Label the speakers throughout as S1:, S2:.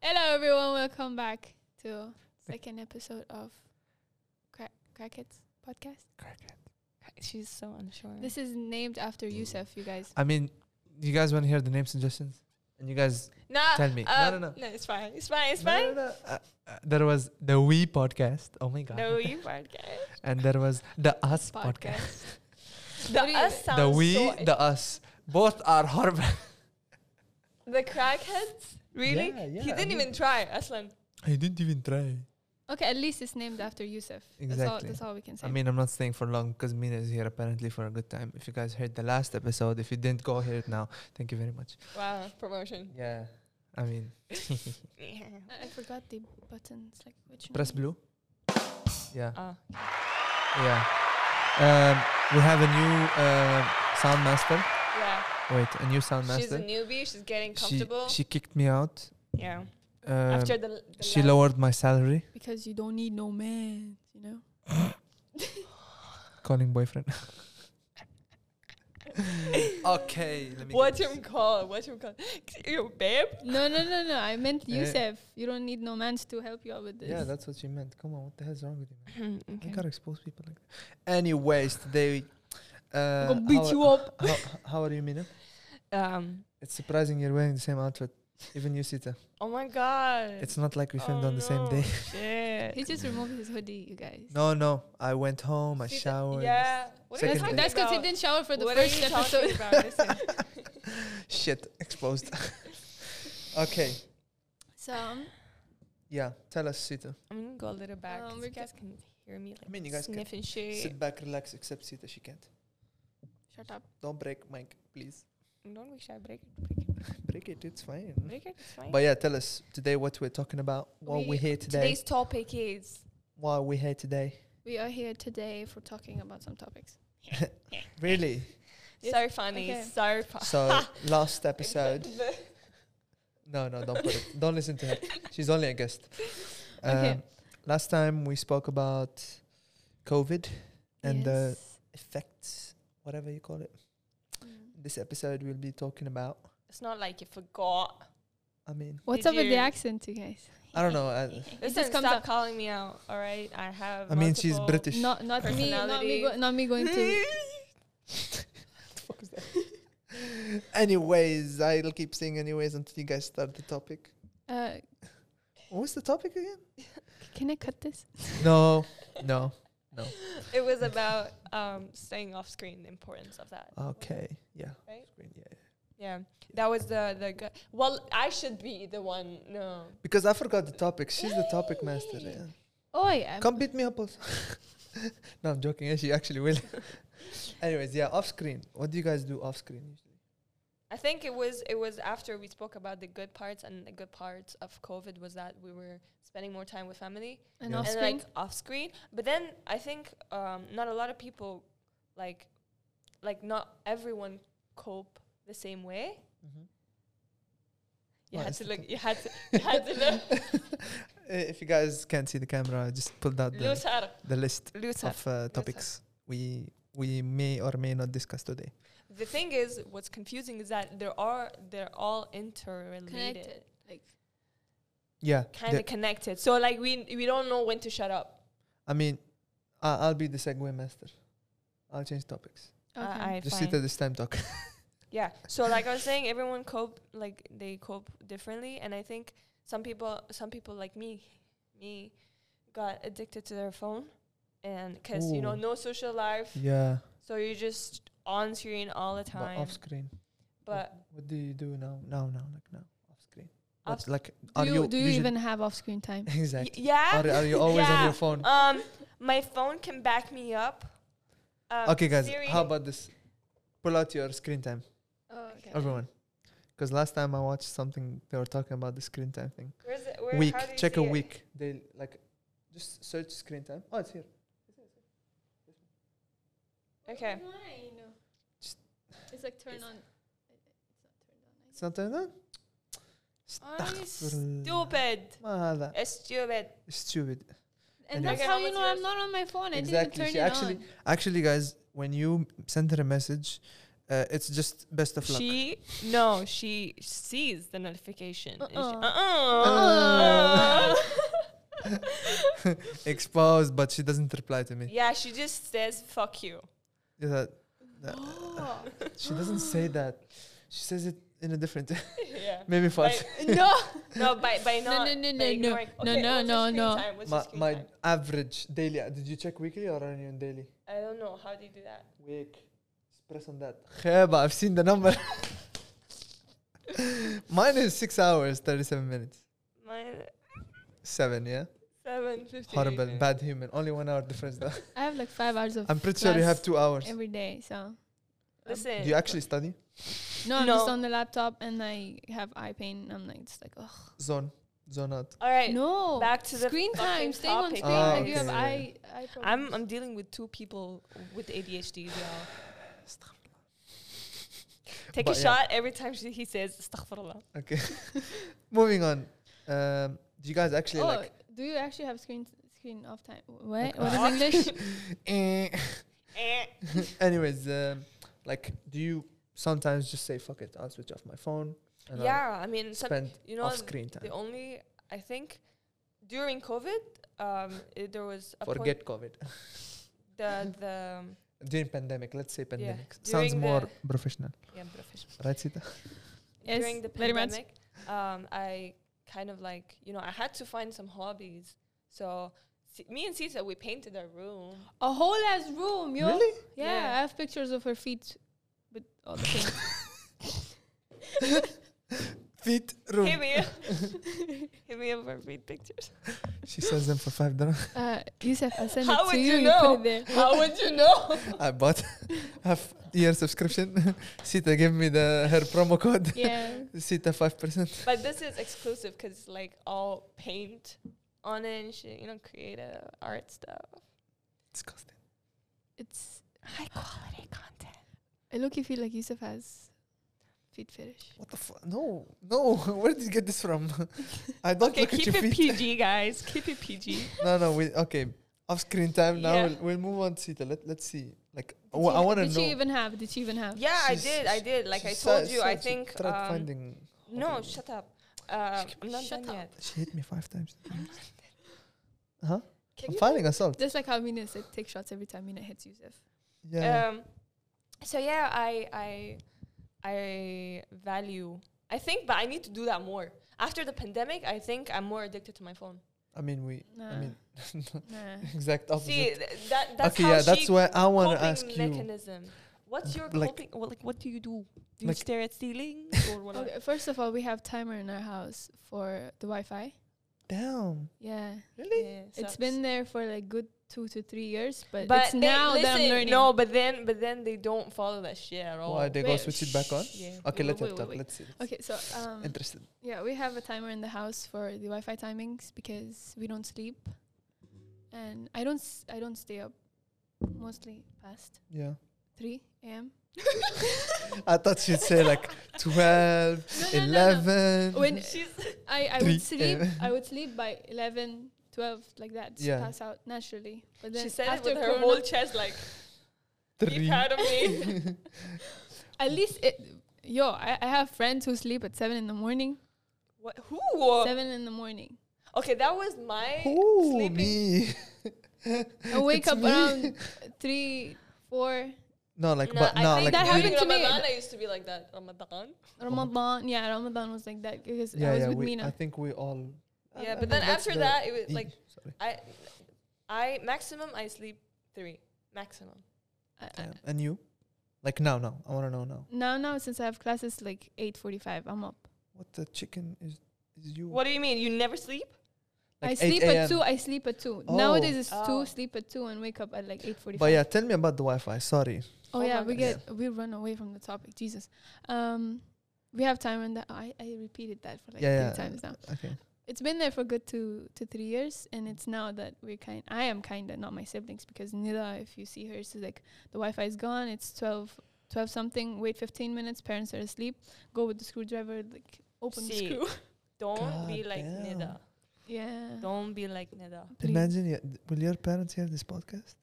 S1: Hello, everyone. Welcome back to second episode of Cra- Crackets podcast.
S2: She's so unsure.
S1: This is named after Yusuf, you guys.
S3: I mean, you guys want to hear the name suggestions? And you guys,
S2: no,
S3: tell me. No,
S2: um,
S3: no, no.
S2: it's fine. It's fine. It's
S3: No, no,
S2: fine.
S3: no. Uh, uh, there was the We podcast. Oh my god!
S2: No, you podcast.
S3: And there was the Us podcast.
S1: Podcast.
S2: The
S1: What do you-
S2: us sounds
S3: The We,
S2: so
S3: the Us, both are horrible.
S2: the crackheads. Really?
S3: Yeah, yeah,
S2: he
S3: I
S2: didn't
S3: mean-
S2: even try, Aslan.
S3: I didn't even try.
S1: Okay, at least it's named after Yusuf. That's all.
S3: Exactly.
S1: That's all we can say.
S3: I mean, I'm not staying for long because Mina is here apparently for a good time. If you guys heard the last episode, if you didn't go hear it now, thank you very much.
S2: Wow, promotion.
S3: Yeah. I mean,
S1: I- I forgot the buttons. Like which
S3: press
S1: one?
S3: blue. Yeah.
S2: Ah.
S3: Yeah. Um, we have a new uh, sound master.
S2: yeah.
S3: Wait, a new sound
S2: She's
S3: master.
S2: a newbie. She's getting
S3: She,
S2: comfortable.
S3: she kicked me out.
S2: yeah.
S3: Um,
S2: After the, l- the
S3: she
S2: last-
S3: lowered my salary.
S1: Because you don't need no man, you know.
S3: Calling boyfriend. okay. Let me
S2: Watch him call. Watch him call. Yo, babe.
S1: No, no, no, no. I meant
S3: Yeah.
S1: Yusuf. You don't need no man to help you out with this.
S3: Eh. Yeah, that's what she meant. Come on, what the hell's wrong with you? Man?
S2: Hmm, okay.
S3: I gotta expose people like that. Anyways, today. Uh,
S1: gonna beat
S3: how,
S1: you up.
S3: How, how are you, Mina?
S2: Um.
S3: It's surprising you're wearing the same outfit. Even you, Sita.
S2: Oh my God.
S3: It's not like we filmed
S2: Oh
S3: on the same
S2: no,
S3: day.
S2: Shit.
S1: He just removed his hoodie, you guys.
S3: No, no. I went home. I
S2: See the-
S3: showered.
S2: Yeah. What are you
S3: Oh Second
S1: That's
S3: day.
S1: that's because
S2: talking
S1: he
S2: about?
S1: didn't shower for the
S2: What
S1: first
S2: are you
S1: episode.
S2: talking about? Listen.
S3: Shit, exposed. okay.
S1: So
S3: Yeah. Tell us, Sita.
S2: I'm gonna go a little back.
S1: Um,
S2: 'cause
S1: we
S2: you guys can hear me like
S3: mean, you guys can
S2: sniffing shit.
S3: Sit back, relax. Except Sita, she can't.
S1: shut up.
S3: Don't break mic, please.
S2: Don't wish I break it. Break it.
S3: Break it. It's fine.
S2: Break it. It's fine.
S3: But yeah, tell us today what we're talking about. Why we,
S2: Eh. We-
S3: here today?
S2: Today's topic is
S3: why we here today?
S1: We are here today for talking about some topics.
S3: Really?
S1: Yes.
S2: so funny.
S1: Okay.
S2: So funny.
S3: so last episode. No, no, don't put it. Don't listen to her. She's only a guest. Um,
S1: Okay.
S3: Last time we spoke about COVID and uh, the effects, whatever you call it. This episode we'll be talking about.
S2: it's not like you forgot.
S3: I mean,
S1: What's
S2: Did
S1: up with the
S2: you-
S1: accent, you guys?
S3: I don't know. I,
S2: Listen,
S1: just comes
S2: stop
S1: out.
S2: calling me out. All right, I have.
S3: I mean, she's
S2: multiple-
S3: British.
S1: Not not me, not me, go, not me going to.
S3: Anyways, I'll keep saying anyways until you guys start the topic.
S1: Uh,
S3: What was the topic again?
S1: can I cut this?
S3: No, no.
S2: It was about um, staying off screen. The importance of that.
S3: Okay, yeah.
S2: Right?
S3: Screen, yeah.
S2: Yeah, that was the the. Gu- well, I should be the one. No.
S3: Because I forgot the topic. She's the topic master.
S2: Yay.
S3: Yeah.
S1: Oh yeah.
S3: Come beat me up also. no, I'm joking. Yeah, she actually will. Anyways, yeah, off screen. What do you guys do off screen usually?
S2: I think it was it was after we spoke about the good parts and the good parts of COVID was that we were spending more time with family
S1: And
S3: Yeah.
S1: off
S2: and
S1: screen.
S2: like off screen. But then I think um, not a lot of people like like not everyone cope the same way. You
S3: What
S2: had
S3: is
S2: to
S3: the
S2: look. You had to. You had to look.
S3: Uh, if you guys can't see the camera, I just pulled out the,
S2: Loser,
S3: the list
S2: loser.
S3: of uh, topics we we may or may not discuss today.
S2: The thing is, what's confusing is that there are they're all interrelated,
S1: Connected. Like
S3: Yeah,
S2: kind
S3: the-
S2: of connected. So like we we don't know when to shut up.
S3: I mean, I, I'll be the segue master. I'll change topics.
S1: okay.
S2: uh, I, I
S3: Just
S2: find-
S3: sit at this time talk.
S2: Yeah. So like I was saying, everyone cope like they cope differently, and I think some people, some people like me, me, got addicted to their phone, and because you know
S3: Ooh.
S2: no social life,
S3: yeah,
S2: so you're just on screen all the
S3: but
S2: time.
S3: off screen.
S2: but
S3: What do you do now? Now, now, like now, off screen.
S2: Off
S3: What, like,
S1: do
S3: are
S1: you,
S3: you,
S1: do you
S3: usually-
S1: even have off screen time?
S2: y-
S3: exactly?
S2: yeah,
S3: Are, are you always on
S2: Yeah.
S3: your phone?
S2: um, my phone can back me up. Um,
S3: okay, guys.
S2: Siri-
S3: How about this? Pull out your screen time,
S1: Oh,
S2: okay.
S3: everyone. Because last time I watched something, they were talking about the screen time thing.
S2: Where's it, where,
S3: week.
S2: how do you
S3: Check a
S2: see it?
S3: week. They like just search screen time. Oh, it's here.
S2: Okay.
S3: Just-
S1: It's like turn
S2: It's-
S1: on.
S3: It's not turned on.
S2: Ah. Are you
S3: Astaghfirullah.
S2: stupid?
S3: ما هذا؟
S2: It's stupid.
S3: Stupid.
S1: And
S3: Anyway.
S1: that's
S2: Okay,
S1: how
S2: how
S1: you
S2: was
S1: know I'm
S2: yours?
S1: not on my phone. I
S3: Exactly,
S1: didn't
S3: she
S1: even turn it
S3: actually-
S1: on.
S3: Actually, guys, when you send her a message, uh, it's just best of luck.
S2: She no, she sees the notification. and she-
S1: Uh-uh.
S2: Uh-uh.
S1: Uh-uh.
S3: Uh. exposed, but she doesn't reply to me.
S2: Yeah, she just says "fuck you."
S3: Is that-
S1: Oh.
S3: she doesn't say that. She says it in a different
S2: yeah.
S3: maybe for
S2: Like,
S1: no.
S2: No, by by
S1: No,
S2: not.
S1: no, no,
S2: by
S1: no, no.
S2: ignoring-
S1: No,
S2: Okay,
S1: no,
S2: what's
S1: no,
S2: your screen
S1: no.
S2: time? What's your
S3: my,
S2: screen
S3: my
S2: time?
S3: average daily. uh, Did you check weekly or on your daily?
S2: I don't know how do you do that.
S3: Week. Just Press on that. Kheba, I've seen the number. Mine is six hours, thirty-seven minutes.
S2: Mine
S3: Seven, yeah.
S2: seven fifty.
S3: Horrible, bad human. Only one hour difference. Though.
S1: I have like five hours of.
S3: I'm pretty sure you
S1: class
S3: have two hours.
S1: every day. So
S2: Listen,
S3: Do you actually study?
S1: no, I'm
S2: No.
S1: just on the laptop and I have eye pain. And I'm like just like oh
S3: Zone, zone out.
S2: all right.
S1: no.
S2: back to the
S1: screen
S2: fucking
S1: time. Staying on
S2: topic.
S1: screen.
S3: Ah,
S1: like you have
S3: okay.
S1: eye eye
S2: I'm
S1: problems.
S2: I'm dealing with two people with ADHD. Y'all. Take
S3: But
S2: a
S3: yeah.
S2: shot every time she, he says "Astaghfirullah."
S3: Moving on. Um, do you guys actually
S1: oh,
S3: like?
S1: do you actually have screen screen off time? What?
S3: Like,
S1: what
S2: uh,
S1: is English?
S3: eh.
S2: Eh.
S3: Anyways, um, like, do you sometimes just say "fuck it"? I'll switch off my phone and I'll
S2: yeah, I mean, some,
S3: spend
S2: you know,
S3: off screen time.
S2: the only I think during COVID, um, i- there was a point-
S3: Forget COVID.
S2: the the um,
S3: During pandemic, let's say pandemic.
S2: During
S3: Sounds
S2: the-
S3: more professional,
S2: yeah, professional.
S3: right, Sita?
S1: Yes,
S2: during the
S1: very much.
S2: pandemic, um, I kind of like you know I had to find some hobbies. So si- me and Sita we painted our room.
S1: A whole ass room, yo.
S3: Really?
S1: Yeah,
S2: Yeah.
S1: I have pictures of her feet with all the paint.
S3: Feet room.
S2: Hit me, up. hit me up for feet pictures.
S3: She sells them for five dollars.
S1: uh, Yusuf, I'll send
S2: How
S1: it
S2: would
S1: to
S2: you
S1: you.
S2: know?
S1: You put it there.
S2: How would you know?
S3: I bought half year subscription. Sita gave me the her promo code.
S1: Yeah.
S3: Sita five percent.
S2: but this is exclusive because it's like all paint on it and shit. You know, creative art stuff.
S3: Disgusting.
S1: It's.
S2: High quality content.
S1: I look, you feel like Yusuf has feet fetish.
S3: What the fuck? No, no. Where did you get this from? I don't
S2: Okay,
S3: look at
S2: keep
S3: your
S2: it
S3: feet.
S2: PG, guys. Keep it PG.
S3: no, no. We okay. Off screen time now.
S2: Yeah.
S3: We'll, we'll move on, Sita. Let Let's see. Like I
S1: Did
S3: wa- I
S1: she-
S3: want to
S1: Did she
S3: know.
S1: even have? Did she even have?
S2: Yeah, I
S3: She's-
S2: did. I did. Like I
S3: She
S2: told
S3: sa-
S2: you, I
S3: said she
S2: think.
S3: tried
S2: Um,
S3: finding.
S2: no,
S3: hobby.
S2: shut up. Uh, I'm not
S1: Shut
S2: done
S1: up.
S2: yet.
S3: She hit me five times.
S1: Can
S3: I'm
S1: you-
S3: finding assault.
S1: Just like how Mina said, take shots every time Mina hits Yusuf.
S3: Yeah.
S2: Um, so yeah, I I I value. I think, but I need to do that more. After the pandemic, I think I'm more addicted to my phone.
S3: I mean, we.
S1: Nah.
S3: mean,
S1: nah.
S3: Exact opposite.
S2: See, th- that that's
S3: okay,
S2: how
S3: yeah,
S2: she
S3: that's why I want to
S2: coping
S3: ask you.
S2: mechanism. What's your
S3: Like-
S2: coping? Oh, Well, like, what do you do? Do you
S3: Like-
S2: stare at ceiling or what?
S1: Okay, first of all, we have timer in our house for the Wi-Fi.
S3: Damn.
S1: Yeah,
S2: Yeah,
S1: it's
S2: sucks.
S1: been there for like good two to three years, but,
S2: But
S1: it's
S2: they-
S1: now that I'm
S2: listen,
S1: learning.
S2: No, but then but then they don't follow that shit at all.
S3: Why they go
S1: Oh, wait,
S3: switch it back on?
S2: yeah.
S3: Okay,
S1: Wait,
S3: let her
S1: wait,
S3: talk.
S1: wait.
S3: Let's see.
S1: Okay, so um,
S3: Interested.
S1: yeah, we have a timer in the house for the Wi-Fi timings because we don't sleep, and I don't s- I don't stay up mostly past
S3: Yeah.
S1: three a.m.
S3: I thought she'd say like 12,
S1: No, no, no, no.
S3: 11.
S1: When
S2: She's
S1: I I
S3: Three
S1: would sleep,
S3: a.m..
S1: I would sleep by 11, 12, like that, just
S3: Yeah.
S1: pass out naturally. But then
S2: she said it
S1: after
S2: with her
S1: corona-
S2: whole chest, like be
S3: three.
S2: proud of me.
S1: At least it, yo, I, I have friends who sleep at seven in the morning.
S2: What? Who?
S1: Seven in the morning.
S2: Okay, that was my
S3: Ooh,
S2: sleeping.
S3: me.
S1: I wake
S3: It's
S1: up
S3: me.
S1: around three, four.
S3: No, like,
S2: No,
S3: but
S2: I
S3: no,
S2: think
S3: like,
S1: that
S2: during
S1: happened to me.
S2: Ramadan, I used to be like that. Ramadan.
S1: Ramadan, yeah, Ramadan was like that because I
S3: yeah,
S1: was
S3: yeah,
S1: with
S3: we, I
S1: Mina.
S3: think we all.
S2: Yeah,
S3: Uh, I- I know
S2: but then
S3: that's
S2: after
S3: the
S2: that, it was
S3: E,
S2: like
S3: Sorry.
S2: I, I maximum I sleep three maximum.
S1: I, I,
S3: Damn. And you? Like, now, now. I want to know now.
S1: now, now since I have classes like eight forty-five, I'm up.
S3: What the chicken is, is you?
S2: What do you mean? You never sleep?
S3: Like
S1: I
S3: 8
S1: sleep at
S3: a.m..
S1: two. I sleep at two.
S3: Oh.
S1: Nowadays it's
S2: Oh.
S1: two. Sleep at two and wake up at like eight forty-five.
S3: But yeah, tell me about the Wi Fi. Sorry.
S1: Oh
S2: Hold
S1: yeah,
S2: on,
S1: we
S2: guys.
S1: get we run away from the topic. Jesus, um, we have time and that I I repeated that for like
S3: Yeah,
S1: three
S3: yeah.
S1: times now.
S3: Okay.
S1: it's been there for good two to three years and it's now that we're kind i am kind of not my siblings because nida if you see her she's like the wi-fi is gone it's 12 12 something wait 15 minutes parents are asleep go with the screwdriver like open
S2: See.
S1: the screw
S2: Don't be
S3: God
S2: like
S3: damn.
S2: Nida.
S1: yeah
S2: Don't be like Nida.
S1: Please.
S3: Imagine, yeah, th- will your parents hear this podcast?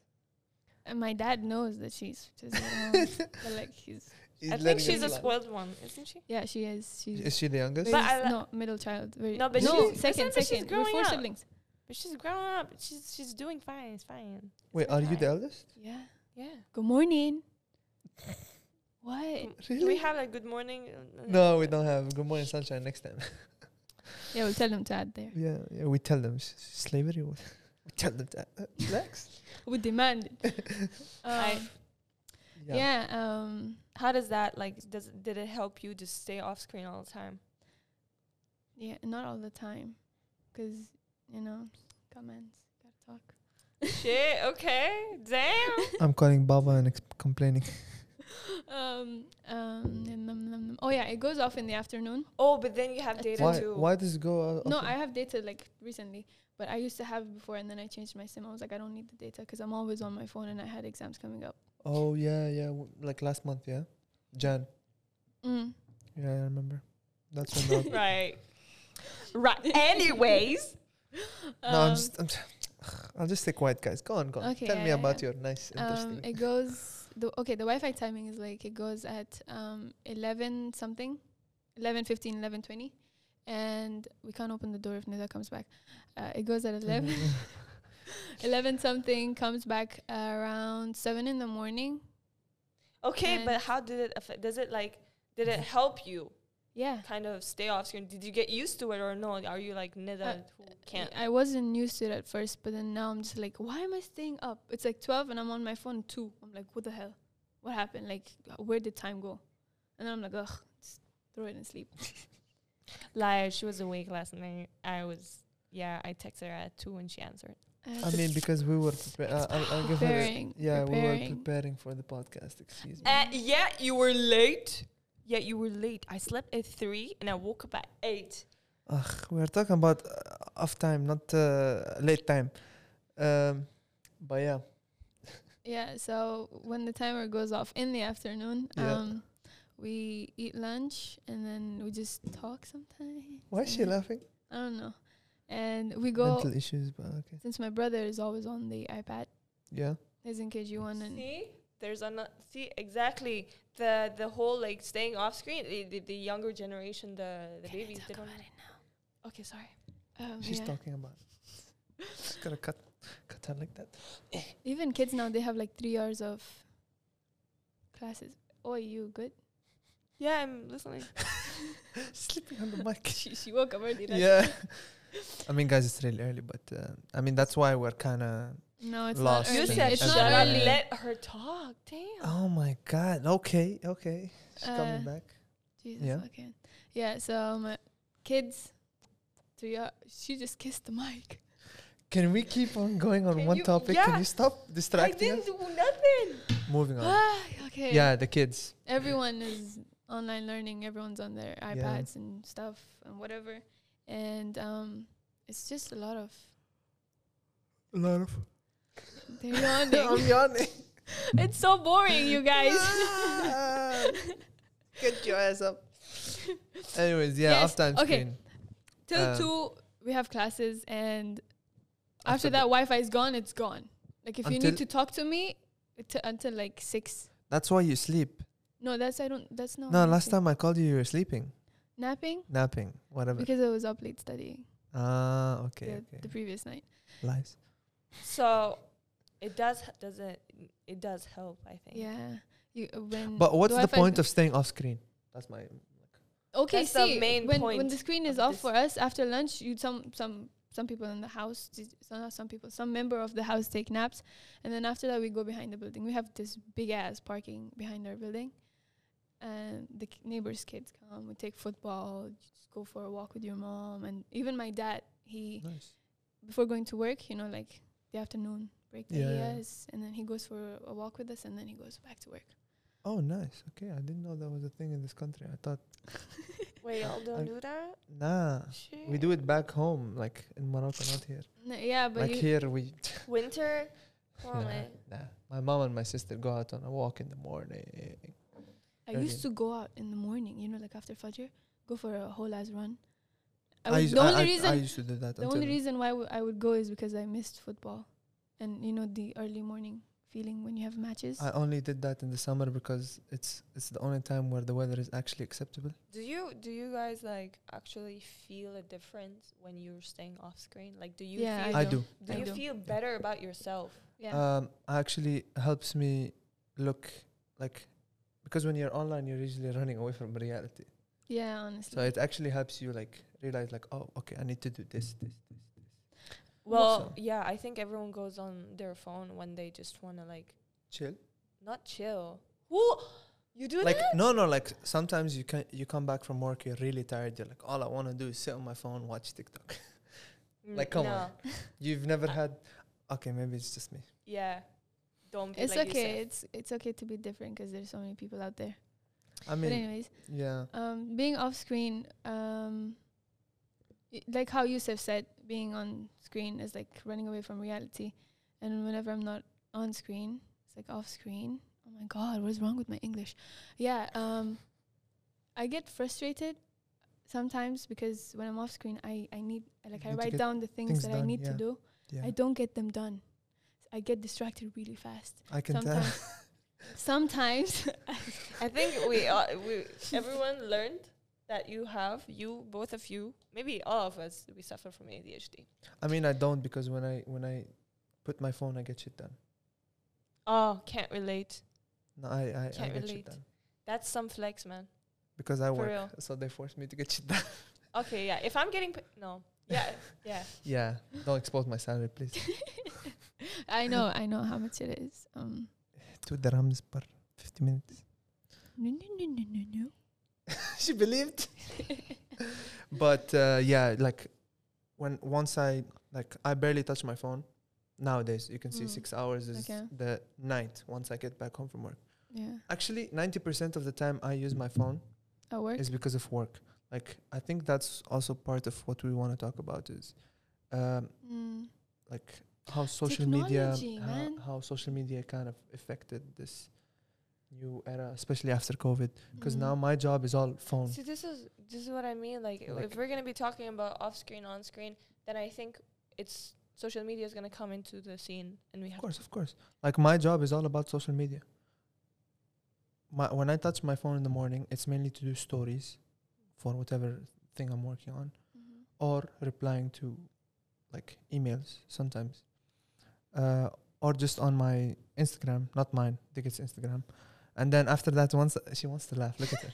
S1: and my dad knows that she's just around, but like he's
S3: He's
S2: I think
S3: letting
S2: she's
S3: us
S2: a
S3: lie.
S2: spoiled one, isn't she?
S1: yeah she is she's
S3: Is she the youngest?
S2: But I li-
S1: no middle child very
S2: No, but
S1: no
S2: she's-
S1: second
S2: listen, but she's
S1: second we're
S2: growing
S1: four
S2: up.
S1: siblings
S2: But she's grown up. She's she's doing fine. It's fine. It's
S3: Wait,
S2: been
S3: are you the
S2: fine.
S3: eldest?
S1: Yeah.
S2: Yeah.
S1: Good morning. what?
S2: Mm, Do
S3: Really?
S2: we have like good morning? uh,
S3: No, we don't have Good Morning Sunshine next time.
S1: Yeah, we'll tell them to add there.
S3: yeah, yeah, we tell them s- slavery. was- we tell them that. Uh, relax.
S1: We demand it.
S2: I-
S1: Um, yeah. Um,
S2: How does that like? Does did it help you to stay off screen all the time?
S1: yeah, not all the time. Because, you know, comments, gotta talk.
S2: Shit. Okay. Damn.
S3: I'm calling Baba and ex- complaining.
S1: um, um, nom, nom, nom, nom. oh yeah, it goes off in the afternoon.
S2: Oh, but then you have
S1: That's
S2: data
S3: Why?
S2: too.
S3: Why does it go? out
S1: No,
S3: of-
S1: I have data like recently, but I used to have it before, and then I changed my SIM. I was like, I don't need the data because I'm always on my phone, and I had exams coming up.
S3: Oh yeah, yeah. W- like last month, yeah, Jan.
S1: Mm.
S3: Yeah, I remember. That's when. the-
S2: Right. Right. Anyways.
S3: no, I'm
S1: Um,
S3: just. I'm just I'll just stay quiet, guys. Go on, go on.
S1: Okay,
S3: Tell
S1: yeah,
S3: me
S1: yeah,
S3: about
S1: yeah.
S3: your nice,
S1: um,
S3: interesting.
S1: it goes the okay. The Wi-Fi timing is like it goes at um eleven something, eleven fifteen, eleven twenty, and we can't open the door if Nida comes back. Uh, it goes at eleven. 11 something comes back around 7 in the morning
S2: Okay, but
S1: And-
S2: how did it affect? Does it like? Did it help you
S1: yeah
S2: kind of stay off screen? Did you get used to it or no? Are you like Nida who can't?
S1: I wasn't used to it at first, but then now I'm just like, why am I staying up? It's like 12 and I'm on my phone too. I'm like, what the hell? What happened? Like, where did time go? And then I'm like, ugh, just throw it and sleep.
S2: Liar. She was awake last night. I was. Yeah, I texted her at two and she answered.
S1: had
S3: I
S1: to
S3: mean, because we were prepar- I- I'll, I'll give her. the-
S1: preparing,
S3: Yeah, we were
S1: preparing.
S3: preparing for the podcast. Excuse me.
S2: Uh, yeah, you were late. Yeah, you were late. I slept at three and I woke up at eight.
S3: Ugh, we are talking about uh, off time, not uh, late time. Um, but yeah,
S1: Yeah, so when the timer goes off in the afternoon,
S3: Yeah.
S1: um, we eat lunch and then we just talk sometimes.
S3: why is she
S1: and-
S3: laughing?
S1: I don't know. And we Mm-hmm. go,
S3: Mental issues, but okay.
S1: since my brother is always on the iPad,
S3: Yeah.
S1: there's in case you want to.
S2: See, there's an see exactly the the whole like staying off screen. The, the, the younger generation, the the babies. They don't know. Okay, sorry.
S1: Um,
S3: She's
S1: yeah.
S3: talking about. She's gonna cut, cut her like that.
S2: Eh.
S1: Even kids now, they have like three hours of classes. Oh, you good?
S2: Yeah, I'm listening.
S3: Sleeping on the mic.
S1: She, she woke up early. that's-
S3: yeah. I mean, guys, it's really early, but uh, I mean that's why we're kind of.
S1: No, it's
S3: Lost
S1: not.
S2: You
S1: Early.
S3: in
S2: said
S1: it's
S2: shut
S1: not
S2: up.
S1: early.
S2: Let her talk. Damn.
S3: Oh my God. Okay. Okay. She's coming
S1: Uh,
S3: back.
S1: Jesus,
S3: Yeah.
S1: okay. Yeah. So my kids, three. Hour, she just kissed the mic.
S3: Can we keep on going on
S2: Can
S3: one
S2: you-
S3: topic?
S2: yeah.
S3: Can you stop
S2: I
S3: distracting
S2: didn't
S3: us?
S2: do nothing.
S3: Moving on.
S1: okay.
S3: Yeah, the kids.
S1: Everyone is online learning. Everyone's on their
S3: Yeah.
S1: iPads and stuff and whatever. And um, it's just a lot of.
S3: A lot of.
S1: They're yawning.
S3: I'm yawning.
S1: it's so boring, you guys.
S3: Ah, Get your ass up. Anyways, yeah,
S1: Yes,
S3: off time
S1: okay.
S3: screen.
S1: till
S3: Um,
S1: two we have classes and after,
S3: After
S1: that
S3: the-
S1: wi-fi is gone it's gone like if you
S3: Until-
S1: need to talk to me t- until like six
S3: That's why you sleep.
S1: no that's i don't that's not
S3: No,
S1: what I
S3: last
S1: said.
S3: time I called you, you were sleeping,
S1: napping
S3: napping, whatever.
S1: because i was up late studying
S3: Ah, okay,
S1: the, the
S3: okay.
S1: previous night
S3: Lies.
S2: So it does does it it does help. I think.
S1: yeah you, uh, when
S3: But what's the
S1: Wi-Fi
S3: point
S1: is-
S3: of staying off screen? That's my.
S1: okay
S2: That's the
S1: see
S2: main
S1: when, when
S2: point
S1: the screen is
S2: of
S1: off
S2: this.
S1: for us after lunch you some some some people in the house dis- so not some people some member of the house take naps and then after that we go behind the building we have this big ass parking behind our building and the k- neighbors kids come we take football just go for a walk with your mom and even my dad he
S3: Nice.
S1: before going to work you know like the afternoon break that he
S3: Yeah, yeah.
S1: has and then he goes for a walk with us and then he goes back to work
S3: Oh, nice. Okay, I didn't know that was a thing in this country. I thought,
S2: Wait, y'all don't
S3: I'm-
S2: do that.
S3: nah, we do it back home, like in Morocco, not here.
S1: No, yeah but
S3: like
S1: you
S3: here, we.
S2: Winter. Come on,
S3: nah,
S1: eh.
S2: man.
S3: nah. My mom and my sister go out on a walk in the morning.
S1: I
S3: Okay.
S1: used to go out in the morning, you know, like after Fajr, go for a whole ass run. I
S3: I
S1: would,
S3: used,
S1: Uh, the
S3: I-
S1: only
S3: I,
S1: reason
S3: I used to do that.
S1: the
S3: until
S1: only reason why w- I would go is because I missed football, and you know the early morning feeling when you have matches?
S3: I only did that in the summer because it's it's the only time where the weather is actually acceptable.
S2: Do you do you guys like actually feel a difference when you're staying off screen? Like, do you
S1: Yeah,
S2: feel
S1: I
S3: I
S1: do.
S3: do.
S2: do
S1: I
S2: you
S1: do.
S2: feel better about yourself?
S1: yeah.
S3: Um, actually helps me look like because when you're online, you're usually running away from reality.
S1: yeah, honestly.
S3: So it actually helps you like realize like, oh, okay, I need to do this, this, this.
S2: Well,
S3: so.
S2: yeah, I think everyone goes on their phone when they just want to like
S3: Chill.
S2: not chill. Who you do
S3: Like
S2: that?
S3: no, no. Like sometimes you can you come back from work, you're really tired. You're like, all I want to do is sit on my phone, watch TikTok.
S2: Mm,
S3: like, come
S2: no.
S3: on. You've never had. Okay, maybe it's just me.
S2: Yeah, don't. Be
S1: it's
S2: like
S1: okay.
S2: Youssef.
S1: It's it's okay to be different because there's so many people out there.
S3: I
S1: but
S3: mean,
S1: anyways,
S3: yeah.
S1: um, being off screen, um, y- like how Yusuf said, being on screen is like running away from reality. And whenever I'm not on screen, it's like off screen. Oh my God, what is wrong with my English? Yeah, um, I get frustrated sometimes because when I'm off screen, I I need like I
S3: You need to
S1: write
S3: get
S1: down the things,
S3: things
S1: that I
S3: done,
S1: need to
S3: yeah.
S1: do.
S3: Yeah,
S1: I don't get them done. I get distracted really fast.
S3: I can tell.
S1: sometimes. Sometimes
S2: I think we all, we everyone learned that you have you both of you maybe all of us we suffer from ADHD.
S3: I mean, I don't because when I when I put my phone, I get shit done.
S2: Oh, can't relate.
S3: No, I I, I
S2: Can't
S3: get
S2: relate.
S3: shit done
S2: That's some flex, man.
S3: because I
S2: For
S3: work,
S2: real.
S3: so they force me to get shit done.
S2: Okay, yeah. If I'm getting p- no, yeah, yeah.
S3: yeah, don't expose my salary, please.
S1: I know, I know how much it is. Um,
S3: Two dirhams per fifty minutes.
S1: no, no, no, no, no, no.
S3: she believed. but uh, yeah, like when once I like I barely touch my phone. Nowadays, you can see
S1: Mm.
S3: six hours is
S1: Okay.
S3: the night once I get back home from work.
S1: Yeah,
S3: Actually, 90% of the time I use my phone
S1: at work.
S3: is because of work. Like I think that's also part of what we want to talk about is um,
S1: Mm.
S3: like how social media
S1: Technology,
S3: how,
S1: man.
S3: how social media kind of affected this new era, especially after COVID. Because
S1: Mm.
S3: now my job is all phone.
S2: See, this is this is what I mean. Like, i-
S3: Um. Like-
S2: if we're gonna be talking about off screen, on screen, then I think it's social media is gonna come into the scene, and we
S3: Of
S2: have
S3: course, of course. Like my job is all about social media. My when I touch my phone in the morning, it's mainly to do stories for whatever thing I'm working on.
S1: Mhm.
S3: or replying to like emails sometimes uh, or just on my instagram not mine tickets instagram and then after that once she wants to laugh look at her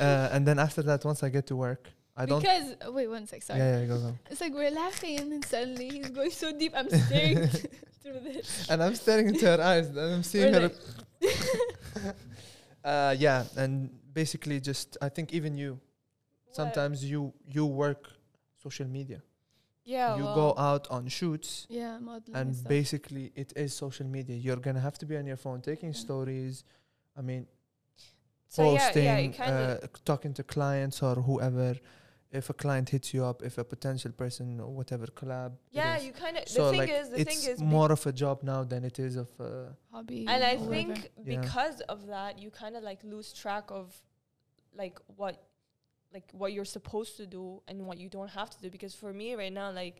S3: uh, and then after that once i get to work i don't
S1: because uh, wait one sec, sorry.
S3: yeah yeah go go
S1: It's like we're laughing and then suddenly he's going so deep. I'm staring through this.
S3: and i'm staring into her eyes and i'm seeing
S1: We're
S3: her uh, yeah and basically just i think even you
S2: Well,
S3: sometimes you you work social media
S2: yeah,
S3: you
S2: Oh, well,
S3: go out on shoots
S1: yeah, modeling and,
S3: and
S1: stuff.
S3: basically it is social media you're gonna have to be on your phone taking
S1: Yeah.
S3: stories i mean
S2: Mm. so yeah,
S3: posting
S2: yeah, it kind of
S3: uh, c- talking to clients or whoever if a client hits you up if a potential person or whatever collab it
S2: yeah,
S3: is.
S2: you kind of.
S3: so
S2: the thing
S3: like
S2: is, the
S3: it's
S2: thing is, be-
S3: more of a job now than it is of uh,
S1: hobby.
S2: and I
S1: whatever.
S2: think
S3: Yeah.
S2: because of that, you kind of like lose track of like what like what you're supposed to do and what you don't have to do. Because for me right now, like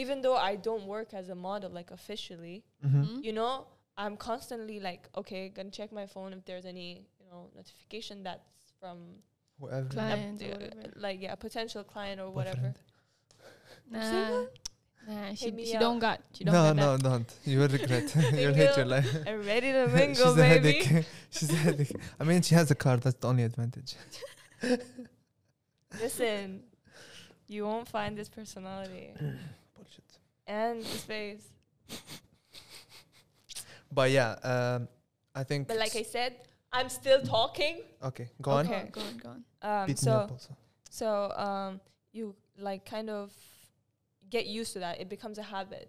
S2: even though I don't work as a model like officially,
S3: mhm.
S1: Mhm.
S2: you know, I'm constantly like, okay, gonna check my phone if there's any, you know, notification that's from
S3: whoever
S2: a-
S1: Client or
S2: uh,
S1: whatever.
S2: like yeah, a potential client or whatever.
S3: boyfriend.
S1: Nah, nah, she,
S2: me
S1: she
S2: up.
S1: don't got. She don't
S3: no
S1: got
S3: no
S1: that.
S3: don't you will regret you'll hate your
S2: Single.
S3: life
S2: I'm ready to
S3: she's
S2: mingle,
S3: a
S2: baby.
S3: headache she's a headache i mean she has a car that's the only advantage
S2: Listen, you won't find this personality
S3: bullshit
S2: and the space.
S3: but yeah um i think
S2: But like I
S3: it's-
S2: said, I'm still talking.
S3: okay go on
S2: Okay.
S1: Go on, go on.
S2: Um,
S3: beat me up
S2: so
S3: also
S2: so um, you like kind of get used to that. It becomes a habit.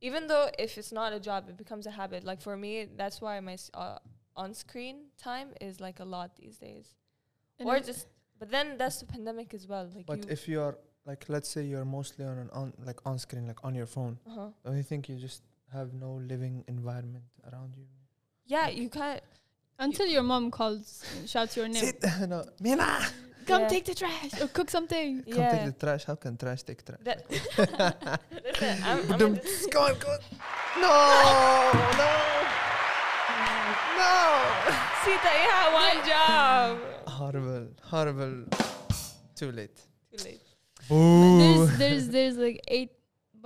S2: Even though if it's not a job, it becomes a habit. Like for me, that's why my s- uh, on-screen time is like a lot these days.
S1: And
S2: or
S1: I-
S2: just, but then that's the pandemic as well. Like
S3: But
S2: you,
S3: if you're like, let's say you're mostly on an on like on screen, like on your phone,
S2: uh-huh.
S3: don't you think you just have no living environment around you?
S2: yeah, you can't.
S1: until your mom calls, and shouts your name.
S3: Sit, no, Mina,
S1: Come
S2: Yeah.
S1: take the trash or cook something.
S3: come
S2: Yeah,
S3: take the trash. How can trash take trash?
S2: that. Listen, I'm, I'm a dis-
S3: go on, go on. No, no, no.
S2: Sita, you have one job.
S3: Horrible, horrible. Too late.
S2: Too late.
S3: Boo.
S1: There's there's there's like eight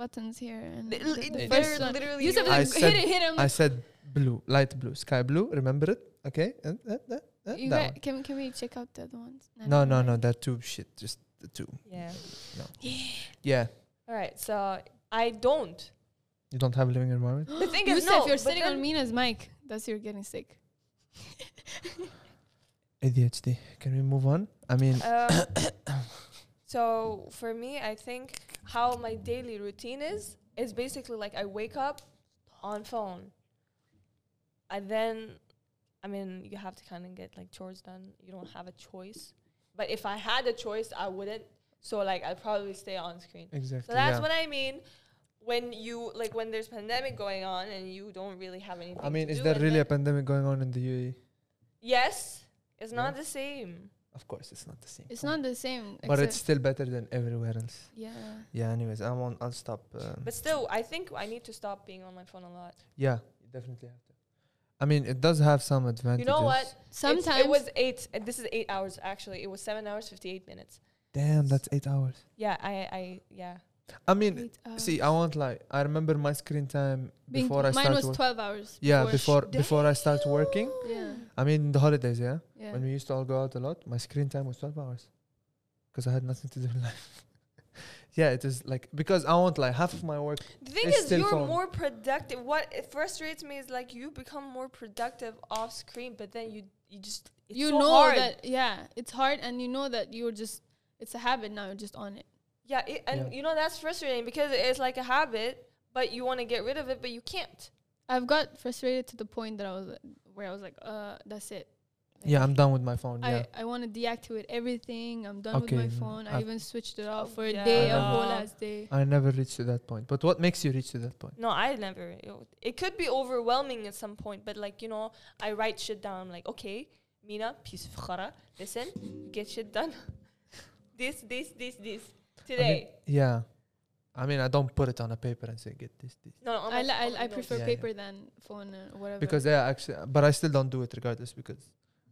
S1: buttons here and
S2: Li-
S1: the-
S2: li-
S1: the
S2: they're
S1: first one.
S2: literally
S1: You said
S2: you.
S3: I
S1: like,
S3: said-
S1: hit it, hit him.
S3: I said blue, light blue, sky blue. Remember it? Okay. Eh, And that, that, that,
S1: you
S3: that
S1: got, can can we check out the other ones?
S3: one. No, no, no. That two shit. Just the two.
S2: Yeah.
S3: Yeah.
S2: All right. So I don't.
S3: You don't have a living environment.
S2: The thing
S1: You
S2: is,
S1: said
S2: no.
S1: if you're
S2: but
S1: sitting on
S2: then-
S1: Mina's mic, that's you're getting sick.
S3: ADHD. Can we move on? I mean,
S2: Um, so for me, I think how my daily routine is is basically like I wake up on phone, and then, I mean, you have to kind of get like chores done. You don't have a choice. But if I had a choice, I wouldn't. So like I'd probably stay on screen.
S3: exactly.
S2: So that's
S3: yeah.
S2: what I mean. When you like when there's pandemic going on and you don't really have anything.
S3: I mean,
S2: to
S3: is
S2: do
S3: there
S2: and
S3: really a
S2: then-
S3: pandemic going on in the E? UAE?
S2: yes? It's
S3: Yeah.
S2: not the same.
S3: Of course, it's not the same.
S1: It's
S3: Come on.
S1: not the same.
S3: But it's
S1: except-
S3: still better than everywhere else.
S1: yeah.
S3: Yeah. Anyways, I won't. I'll stop. Um,
S2: But still, I think I need to stop being on my phone a lot.
S3: yeah, you definitely have to. I mean, it does have some advantages.
S2: what? It's-
S1: Sometimes
S2: it was eight. uh, This is eight hours actually. It was seven hours fifty eight minutes.
S3: Damn, that's eight hours.
S2: Yeah, I, I, yeah.
S3: I mean,
S1: Eight hours.
S3: see, I won't lie. I remember my screen time
S1: uh, Being-
S3: before I
S1: mine
S3: started.
S1: was twelve hours.
S3: yeah, before before I start working.
S1: Yeah.
S3: I mean, the holidays. Yeah,
S1: Yeah.
S3: when we used to all go out a lot, my screen time was twelve hours, because I had nothing to do in life. yeah, it is like because I won't lie. Half of my work.
S2: The thing
S3: It's
S2: is,
S3: still
S2: you're
S3: phone.
S2: more productive. What it frustrates me is like you become more productive off screen, but then you, you just it's
S1: you
S2: so
S1: know
S2: hard.
S1: that yeah, it's hard and you know that you're just it's a habit now, you're just on it.
S2: Yeah, it, and
S3: Yeah.
S2: you know that's frustrating because it's like a habit, but you want to get rid of it, but you can't.
S1: I've got frustrated to the point that I was uh, where I was like, uh, that's it. Like,
S3: Yeah, I'm done with my phone. Yeah,
S1: I, I want to deactivate everything. I'm done
S3: Okay,
S1: with
S3: mm,
S1: my phone. I
S3: I've-
S1: even switched it off
S2: Oh,
S1: for a
S2: yeah.
S1: day,
S3: I
S1: a whole
S2: know.
S1: last day.
S3: I never reached to that point. But what makes you reach to that point?
S2: No, I never. It, w- it could be overwhelming at some point, but like you know, I write shit down. Like, okay, Mina, piece of khara, listen, get shit done. this, this, this, this today.
S3: Yeah, I mean, I don't put it on a paper and say get this, this,
S2: no, on my
S1: I, li-
S2: ph-
S1: I,
S2: on
S1: li-
S2: my
S1: I
S2: notes.
S1: prefer
S3: Yeah, yeah.
S1: paper than phone or whatever.
S3: because they are actually. But I still don't do it regardless because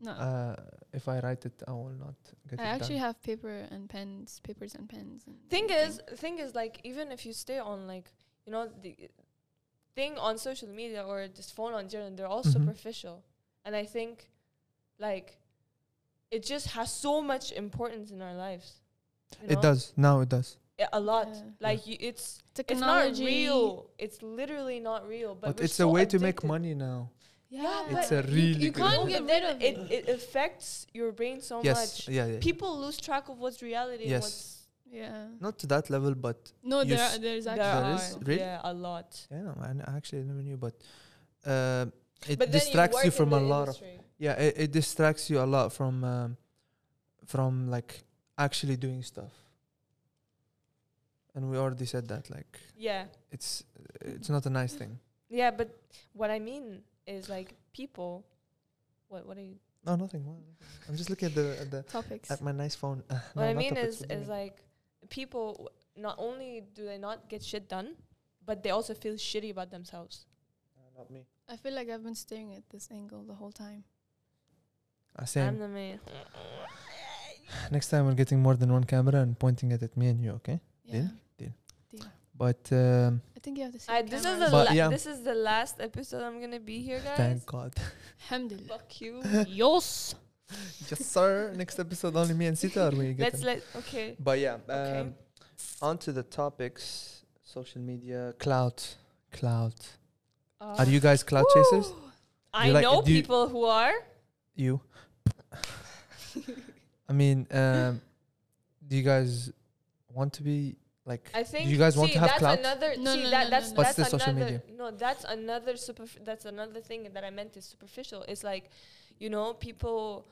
S1: no,
S2: Uh-uh.
S3: uh, if I write it, I will not get
S1: I
S3: it
S1: actually
S3: done.
S1: have paper and pens, papers and pens. And
S2: Thing
S1: everything.
S2: is, thing is, like even if you stay on like you know the thing on social media or just phone on general, they're all
S3: Mhm.
S2: superficial, and I think like it just has so much importance in our lives. you
S3: It
S2: know?
S3: does now. It does.
S2: I- a lot.
S1: Yeah.
S2: Like you, it's
S1: technology.
S2: it's not real. It's literally not real. But,
S3: But,
S2: we're
S3: it's
S2: so
S3: a way to make
S2: addicted.
S3: money now.
S1: Yeah,
S2: It's
S1: but
S3: a
S1: you-
S3: really
S1: you,
S3: good
S1: can't
S2: No,
S1: get
S2: but
S1: rid
S2: then
S1: of
S2: it,
S1: it.
S2: it affects your brain so
S3: yes.
S2: much.
S3: Yeah, yeah.
S2: People lose track of what's reality
S3: Yes.
S2: and what's
S1: Yeah.
S3: Not to that level, but
S1: No,
S3: You
S1: there
S3: s-
S1: are, there's
S2: there
S1: actually
S3: There
S2: are.
S3: is? Really?
S2: Yeah, a lot.
S3: yeah, man, I actually never knew. But um it
S2: But then
S3: distracts
S2: work
S3: you
S2: in
S3: from
S2: the
S3: a lot of
S2: industry.
S3: yeah. It, it distracts you a lot from um, from like actually doing stuff. And we already said that like
S2: Yeah,
S3: it's it's not a nice thing.
S2: yeah. But what I mean is like people. What what are you?
S3: No, nothing. why- I'm just looking at the at, the,
S1: topics.
S3: at my nice phone. Uh,
S2: What I mean is is like people. w- Not only do they not get shit done, but they also feel shitty about themselves.
S3: not me.
S1: I feel like I've been staring at this angle the whole time.
S3: Uh, same.
S2: I'm the man.
S3: Next time we're getting more than one camera and pointing it at me and you, okay?
S1: Yeah.
S3: Deal? Deal.
S1: Deal.
S3: But um,
S1: I think you have to say.
S2: I, this is the
S3: But
S2: la-
S3: yeah.
S2: this is the last episode I'm gonna be here, guys.
S3: thank God.
S1: Alhamdulillah.
S2: Fuck you.
S1: Yos.
S3: yes, sir. Next episode only me and Sita are we
S2: Let's
S3: getting?
S2: let okay.
S3: But yeah,
S2: Okay.
S3: um, on to the topics: social media, clout, clout. Are you guys clout chasers?
S1: Woo.
S2: uh, I
S3: you like-
S2: know
S3: do you-
S2: people who are.
S3: You. I mean, um, do you guys want to be like?
S2: I think.
S3: do you guys want
S2: see,
S3: to have
S2: that's
S3: clout?
S2: Another,
S1: No,
S2: see,
S1: no,
S2: that,
S1: no,
S2: that's
S1: no,
S3: What's
S2: that's
S3: the social
S2: another,
S3: media?
S2: No, that's another super. That's another thing that I meant is superficial. It's like, you know, people,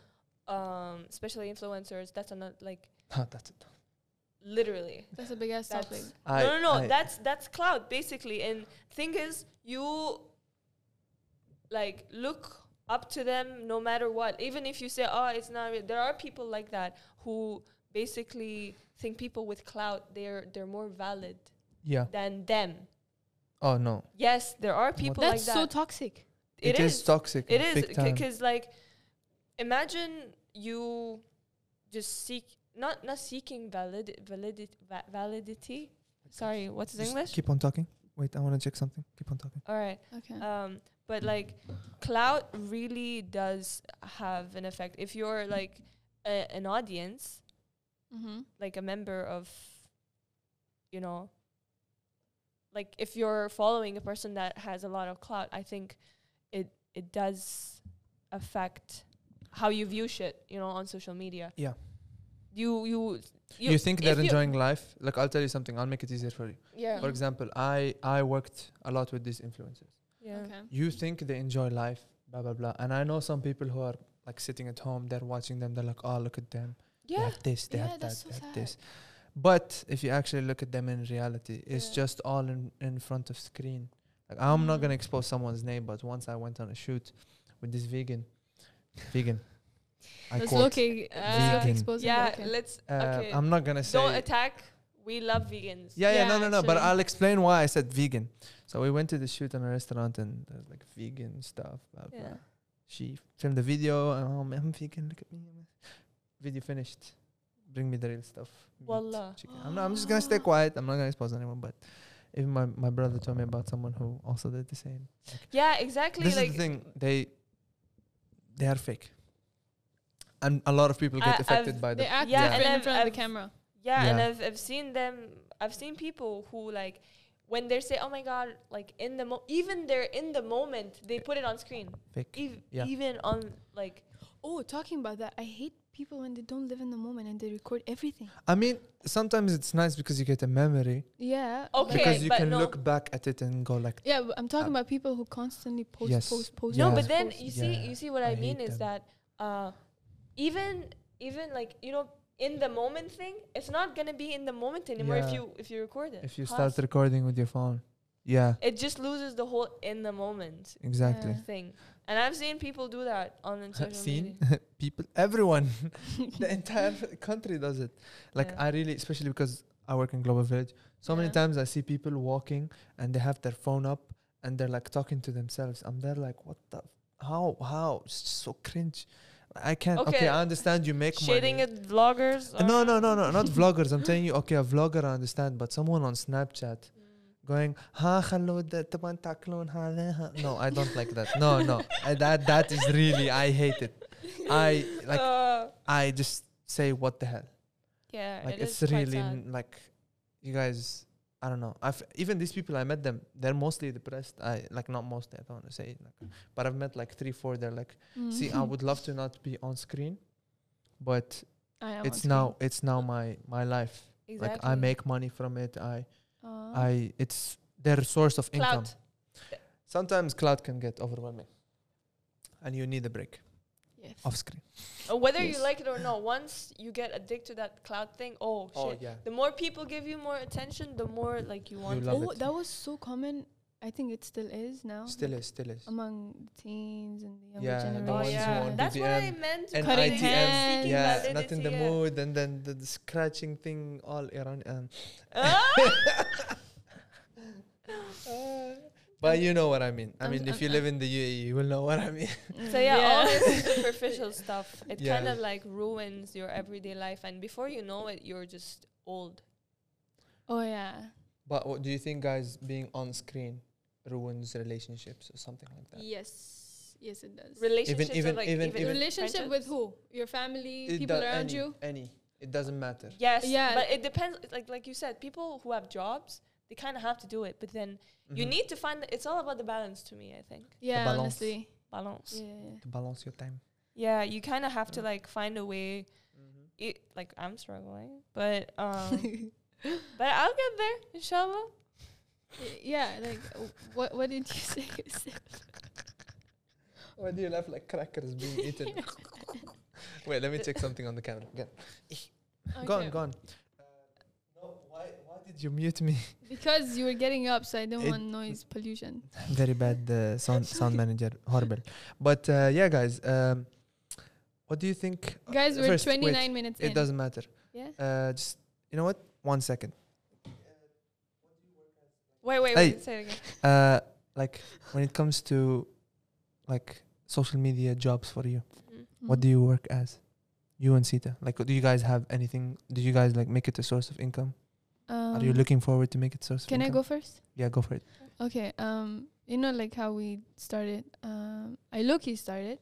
S2: um, especially influencers. That's another like
S3: Ah, that's it.
S2: literally.
S1: That's a big ass
S2: That's-
S1: topic.
S3: I,
S2: no, no, no.
S3: I-
S2: that's that's cloud basically. And thing is, you like look up to them no matter what. Even if you say, "Oh, it's not," real," there are people like that who basically think people with clout they're they're more valid
S3: yeah.
S2: than them.
S3: Oh no,
S2: Yes, there are people
S1: That's
S2: like
S1: so
S2: that.
S1: toxic.
S2: it
S3: is, toxic.
S2: It is
S3: big time.
S2: because like, imagine you just seek not not seeking valid validity validity. Sorry, what's his
S3: Just
S2: English?
S3: Keep on talking. Wait, I want to check something. Keep on talking.
S2: All right.
S1: Okay.
S2: Um, but like, clout really does have an effect. If you're like a, an audience,
S1: mm-hmm.
S2: like a member of, you know, like if you're following a person that has a lot of clout, I think it it does affect how you view shit, you know, on social media.
S3: Yeah.
S2: You you
S3: You, think
S2: if
S3: they're
S2: you-
S3: enjoying life? Like I'll tell you something. I'll make it easier for you.
S2: Yeah.
S3: For example, I I worked a lot with these influencers.
S2: yeah.
S1: Okay.
S3: You think they enjoy life, blah blah blah. And I know some people who are like sitting at home. They're watching them. They're like, oh look at them. They
S2: Yeah.
S3: have this. They
S1: Yeah,
S3: have that.
S1: that's
S3: they
S1: so
S3: have
S1: sad.
S3: this. But if you actually look at them in reality, it's
S2: Yeah.
S3: just all in, in front of screen. Like I'm not
S1: Mm.
S3: gonna expose someone's name, but once I went on a shoot with this vegan, vegan. I
S1: Let's
S3: quote.
S1: look at uh,
S3: Vegan.
S1: exposing.
S2: Yeah,
S1: okay.
S2: let's
S3: Uh,
S2: okay.
S3: I'm not gonna say.
S2: Don't attack. We love vegans.
S3: Yeah, yeah, no,
S1: Yeah,
S3: no, no. But
S1: actually.
S3: I'll explain why I said vegan. So we went to the shoot in a restaurant and there's like vegan stuff. Blah, blah.
S2: Yeah.
S3: She filmed the video and um, I'm vegan. Look at me. Video finished. Bring me the real stuff. meat,
S2: Wallah.
S3: chicken. I'm, not, I'm just gonna stay quiet. I'm not gonna expose anyone. But even my, my brother told me about someone who also did the same.
S2: Yeah, exactly.
S3: This
S2: like
S3: is the thing. They they are fake, and a lot of people get
S2: I-
S3: affected
S2: I've-
S3: by
S1: they
S3: that.
S1: act
S2: Yeah,
S1: different
S2: and
S1: in
S2: I've-
S1: front of
S2: I've-
S1: the camera.
S2: Yeah, and
S3: Yeah.
S2: I've I've seen them. I've seen people who like when they say, "Oh my god!" Like in the mo- even they're in the moment, they put it on screen.
S3: Fake.
S2: Ev-
S3: Yeah.
S2: Even on like
S1: Oh, talking about that, I hate people when they don't live in the moment and they record everything.
S3: I mean, sometimes it's nice because you get a memory.
S1: Yeah.
S2: Okay,
S1: but-
S3: because you
S2: but
S3: can
S2: no.
S3: look back at it and go like
S1: yeah, but I'm talking
S3: Um,
S1: about people who constantly post,
S3: yes.
S1: post, post.
S3: Yeah.
S2: no, but
S1: post,
S2: then
S1: post.
S2: you see
S3: Yeah,
S2: you see what
S3: I
S2: I, mean
S3: hate
S2: is
S3: them.
S2: that uh, even even like you know in the moment thing, it's not gonna be in the moment anymore if
S3: Yeah.
S2: you if you record it.
S3: if you
S2: Pause.
S3: start recording with your phone yeah
S2: it just loses the whole in the moment
S3: exactly
S1: Yeah.
S2: thing. And I've seen people do that on social media.
S3: seen people everyone the entire country does it like
S2: Yeah.
S3: i really especially because i work in global village so many
S2: Yeah.
S3: times i see people walking and they have their phone up and they're like talking to themselves i'm there like what the how how it's just so cringe i can't okay,
S2: Okay.
S3: i understand you make
S2: Shading
S3: money
S2: at vloggers.
S3: Uh, no
S2: or-
S3: no no no not vloggers i'm telling you okay a vlogger i understand but someone on snapchat going ها خلوا د- تبغون تاكلون هذا ها." no I don't like that no no I- that that is really I hate it I like
S2: Uh,
S3: I just say what the hell
S2: yeah,
S3: like
S2: it is
S3: it's
S2: quite
S3: really
S2: sad.
S3: n- like you guys I don't know I've even these people I met them they're mostly depressed I like not mostly I don't want to say it, like, but I've met like three four they're like
S1: Mm-hmm.
S2: Mm.
S3: see I would love to not be on screen but
S1: I am on
S3: it's
S1: screen.
S3: now it's now my my life
S2: exactly.
S3: like I make money from it I
S1: Uh,
S3: I it's their source of income
S2: clout.
S3: sometimes cloud can get overwhelming and you need a break
S1: yes.
S3: off screen
S2: Uh, Whether
S1: Yes.
S2: you like it or not, once you get addicted to that cloud thing, oh shit.
S3: yeah
S2: The more people give you more attention, the more like you want.
S3: love
S1: oh,
S3: it.
S1: that was so common. I think it still is now.
S3: still
S1: like,
S3: is still is
S1: among the teens and the younger
S3: Yeah, the
S1: generation.
S2: oh
S3: ones who
S2: yeah,
S3: want
S2: that's what I
S3: BBM,
S2: meant.
S3: and
S1: Cutting
S2: cutting
S3: ITM,
S1: hands.
S3: yeah
S2: validity,
S3: not in the
S2: yeah.
S3: mood and then the, the scratching thing all around um, and but you know what I mean
S1: Uh,
S3: I
S1: I'm-
S3: mean if
S1: I'm-
S3: you
S1: I'm-
S3: live in the UAE you will know what I mean
S2: So yeah, all this superficial stuff. It
S3: Yeah.
S2: kind of like ruins your everyday life, and before you know it, you're just old.
S1: oh yeah.
S3: but what do you think guys being on screen ruins relationships or something like that
S1: Yes. Yes, it does.
S2: Relationships
S3: even-
S2: are like
S3: even- even-
S1: Relationship with
S2: friendships.
S1: who? Your family,
S3: It
S1: people
S3: do-
S1: around
S3: any,
S1: you.
S3: any it doesn't matter
S2: Yes,
S1: Yeah.
S2: but it depends. Like like you said, people who have jobs, they kind of have to do it. But then you
S3: Mhm.
S2: need to find. It's all about the balance to me. I think
S1: Yeah,
S3: balance.
S1: honestly.
S2: balance.
S1: Yeah.
S2: Yeah,
S3: to balance your time
S2: you kind of have
S3: Mm-hmm.
S2: to like find a way. It, like I'm struggling, but um, but I'll get there, inshallah.
S1: Y- Yeah, like w- what what did you say?
S3: Why do you laugh like crackers being eaten? Wait, let me check something on the camera. Go on, go on.
S1: Okay,
S3: Uh, no, why, why did you mute me?
S1: Because you were getting up, so I didn't
S3: It-
S1: want noise pollution.
S3: Very bad uh, sound, sound manager. Horrible. But uh, yeah, guys, um, what do you think? uh,
S1: Guys, we're
S3: first, wait,
S1: 29 minutes
S3: It
S1: in.
S3: doesn't matter.
S1: Yeah.
S3: Uh, just, you know what? One second.
S2: Wait, wait,
S3: Hey.
S2: wait. Say it again.
S3: Uh, like when it comes to like social media jobs for you,
S1: Mm.
S3: what do you work as? You and Sita, like, do you guys have anything? Do you guys like make it a source of income?
S1: Um,
S3: Are you looking forward to make it source?
S1: Can
S3: of
S1: I
S3: income?
S1: go first?
S3: Yeah, go for it.
S1: Okay. Um, you know, like how we started. Um, I low-key started,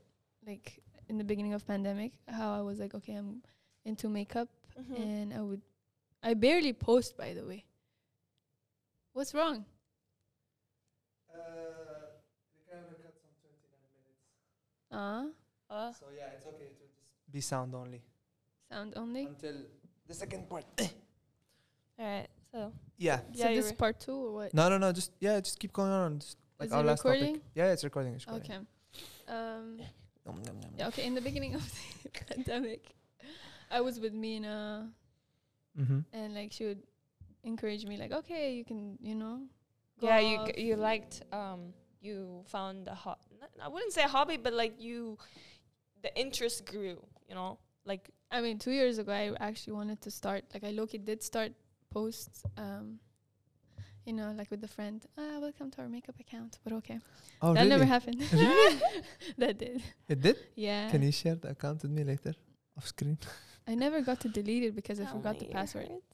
S1: like in the beginning of pandemic. How I was like, okay, I'm into makeup,
S2: Mhm.
S1: and I would, I barely post. By the way, what's wrong? Uh
S2: Uh,
S3: So yeah, it's okay. It will just be sound only
S1: sound only.
S3: until the second part.
S2: all right. So
S3: yeah.
S1: So
S2: yeah, you
S1: this
S2: were-
S1: part two or what?
S3: No, no, no. Just yeah, just keep going on. Just like
S1: Is
S3: our
S1: it
S3: last
S1: recording?
S3: topic. Yeah, it's recording. It's recording.
S1: Okay. Um.
S3: Nom, nom, nom,
S1: Yeah. Okay. In the beginning of the pandemic, I was with Mina.
S3: nom. Mhm.
S1: and like she would encourage me like okay you can you know go
S2: yeah, you
S1: off."
S2: g- you liked um you found a hot. I wouldn't say a hobby, but like you, the interest grew. You know, like
S1: i mean two years ago i actually wanted to start like i loki did start posts um you know like with the friend ah welcome to our makeup account but okay
S3: Oh
S1: that
S3: really?
S1: never happened that did
S3: It did.
S1: yeah
S3: Can you share the account with me later, off screen?
S1: i never got to delete it because i
S2: how
S1: forgot the
S2: many
S1: password
S2: years?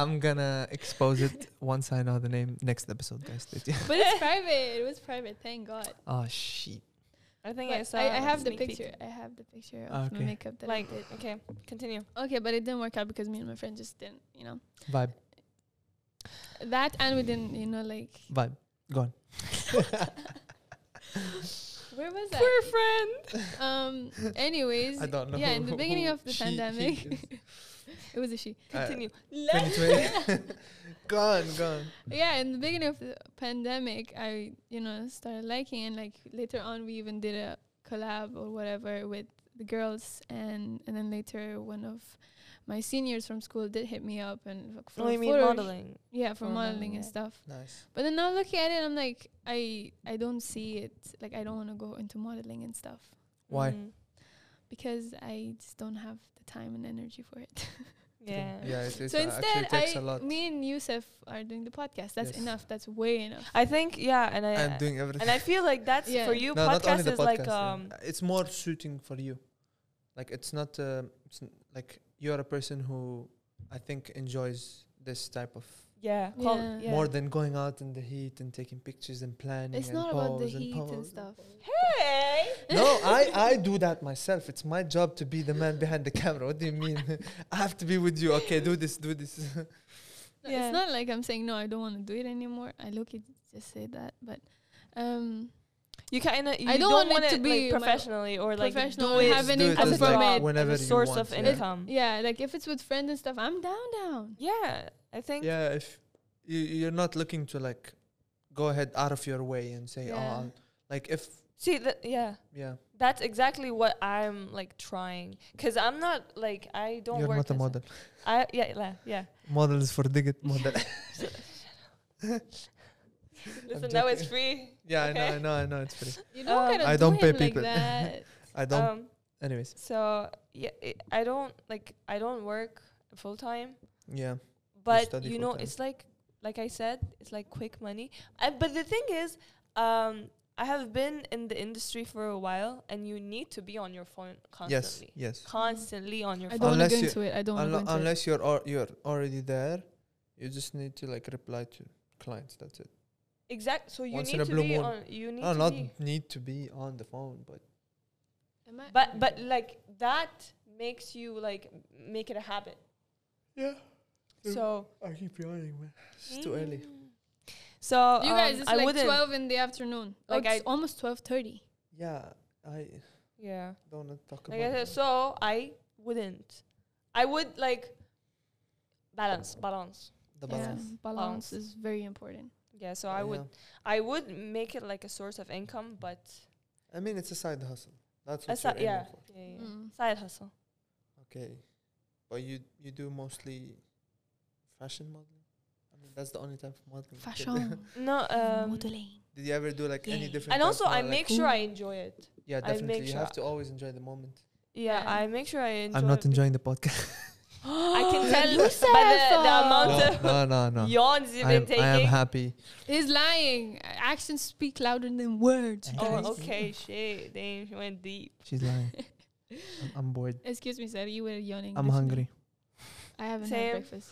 S3: I'm gonna expose it once I know the name next episode, guys. Stay tuned.
S1: but it's private it was private thank god
S3: Oh shit.
S2: I think
S1: But
S2: I saw.
S1: I, I
S2: a
S1: have the
S2: sneak peek.
S1: picture i have the picture
S3: Ah,
S1: of my
S3: okay.
S1: makeup that
S2: Like
S1: i did
S2: okay, continue.
S1: okay but it didn't work out because me and my friend just didn't you know
S3: Vibe.
S1: that and we didn't you know like
S3: Vibe. Go on.
S1: Where was
S2: Poor
S1: that?
S2: friend.
S1: um. Anyways,
S3: I don't know.
S1: Yeah, in the
S3: who
S1: beginning of the
S3: she- he
S1: pandemic,
S3: is.
S1: it was a she.
S2: Continue.
S3: Can you try- go on, go on.
S1: Yeah, in the beginning of the pandemic, I you know started liking and like later on we even did a collab or whatever with the girls and and then later one of my seniors from school did hit me up and like, for
S2: Oh, you mean
S1: photos-
S2: modeling?
S1: Yeah, for
S2: For modeling,
S1: modeling and
S2: yeah.
S1: stuff.
S3: Nice.
S1: But then now looking at it, I'm like, I I don't see it. Like I don't want to go into modeling and stuff
S3: Why?
S2: Mm,
S1: because I just don't have the time and energy for it.
S2: Yeah.
S3: Yeah, it,
S1: so instead,
S3: takes
S1: I,
S3: a lot.
S1: me and Yusuf are doing the podcast. That's
S3: Yes.
S1: enough. That's way enough.
S2: I think yeah, and I
S3: and doing everything.
S2: and I feel like that's
S1: Yeah.
S2: for you.
S3: no, not only
S2: podcast
S3: the
S2: is like
S3: podcast, yeah.
S2: um.
S3: Uh, it's more suiting for you. Like it's not. um it's n- like you're a person who I think enjoys this type of
S2: Yeah, qual-
S1: Yeah.
S2: yeah.
S3: more than going out in the heat and taking pictures and planning.
S1: It's
S3: and
S1: not about the
S3: pose and
S1: heat and,
S3: pose.
S1: stuff.
S2: Hey,
S3: No, I, I do that myself. It's my job to be the man behind the camera. What do you mean? I have to be with you. Okay, do this, do this.
S1: No,
S2: Yeah.
S1: It's not like I'm saying no. I don't want to do it anymore. I look at just say that, but um,
S2: you kind of.
S1: I
S2: don't,
S1: don't want it
S2: want
S1: to be my-
S2: like, professionally or like
S1: professional
S2: do
S1: and
S2: it
S1: have an
S3: do it
S1: income
S2: as
S3: as
S1: from
S2: a
S3: like
S2: job,
S1: it.
S3: whenever
S2: as
S3: you
S2: a source
S3: want,
S2: of
S3: yeah.
S2: income. Yeah.
S1: Yeah, like if it's with friends and stuff, I'm down down.
S2: I think.
S3: Yeah, if you, you're not looking to like go ahead out of your way and say, oh,
S1: Yeah.
S3: I'll, like if
S2: See that? Yeah,
S3: yeah,
S2: that's exactly what I'm like trying. Cause I'm not like I don't
S3: you're
S2: work.
S3: not a
S2: as
S3: model.
S2: I yeah la- yeah.
S3: Models for Digit model.
S2: Listen, that was free.
S3: yeah,
S2: Okay.
S3: I know, I know, I know. It's free.
S1: You don't
S2: Um,
S1: gotta
S3: I
S1: do
S3: don't
S1: him
S3: pay
S1: like
S3: people.
S1: that.
S3: I don't.
S2: Um.
S3: anyways,
S2: So yeah, i I don't like I don't work full time.
S3: yeah,
S2: but
S3: study
S2: you
S3: full
S2: know
S3: time.
S2: it's like like i said it's like quick money uh, but the thing is um i have been in the industry for a while and you need to be on your phone
S3: yes,
S2: constantly
S3: yes.
S2: constantly on your
S1: I
S2: phone
S1: don't want to
S3: Unless
S1: go
S3: you-
S1: into it. I don't want to go
S3: Unle-
S1: into it.
S3: unless you're or, you're already there, you just need to like reply to clients. That's it.
S2: exact so you
S3: Once in
S2: need
S3: a
S2: to
S3: blue
S2: be
S3: moon.
S2: on you need
S3: No,
S2: to
S3: not
S2: be
S3: need to be on the phone, but
S1: Am I-
S2: but but like that makes you like make it a habit
S3: yeah. Mm.
S2: so
S3: I keep yawning, man. It's too early.
S2: Mm. so
S1: you guys,
S2: um,
S1: it's
S2: I
S1: like
S2: wouldn't
S1: twelve in the afternoon. Like
S2: Like
S1: it's
S2: I-
S1: almost twelve thirty.
S3: Yeah, I
S2: yeah
S3: don't want to talk
S2: Like I
S3: about
S2: said,
S3: it.
S2: so I wouldn't. I would like balance, balance.
S3: the
S1: Yeah,
S3: balance.
S1: balance
S2: Balance.
S1: is very important.
S2: Yeah, so I would I would make it like a source of income, but
S3: I mean, it's a side hustle. That's
S2: a
S3: what you're
S2: si- yeah,
S3: aiming for.
S2: yeah, yeah.
S1: Mm.
S2: side hustle.
S3: Okay, but you you do mostly fashion modeling. I mean, that's the only type of modeling. you did.
S1: Fashion
S2: No,
S1: Mm.
S2: um,
S1: modeling.
S3: Did you ever do like any
S1: Yeah.
S3: different?
S2: and
S3: type
S2: also
S3: of
S2: I
S3: model,
S2: make
S3: like-
S2: sure I enjoy it.
S3: yeah,
S2: I make
S3: definitely. You
S2: sure
S3: have to always enjoy the moment.
S2: Yeah,
S1: Yeah.
S2: I make sure I enjoy.
S3: I'm not
S2: it.
S3: enjoying the podcast.
S2: I can tell by the,
S1: Youssef!
S2: the amount
S3: no,
S2: of
S3: no, no, no.
S2: yawns you've
S3: uh, I
S2: been
S3: am, I am
S2: taking.
S3: happy.
S1: He's lying. Actions speak louder than words.
S3: I
S1: guys.
S2: Oh, okay, shit. Damn, she went deep.
S3: She's lying. I'm, I'm bored.
S1: Excuse me, sir. You were yawning.
S3: I'm
S1: this morning.
S3: hungry.
S1: I haven't
S2: Same.
S1: had breakfast.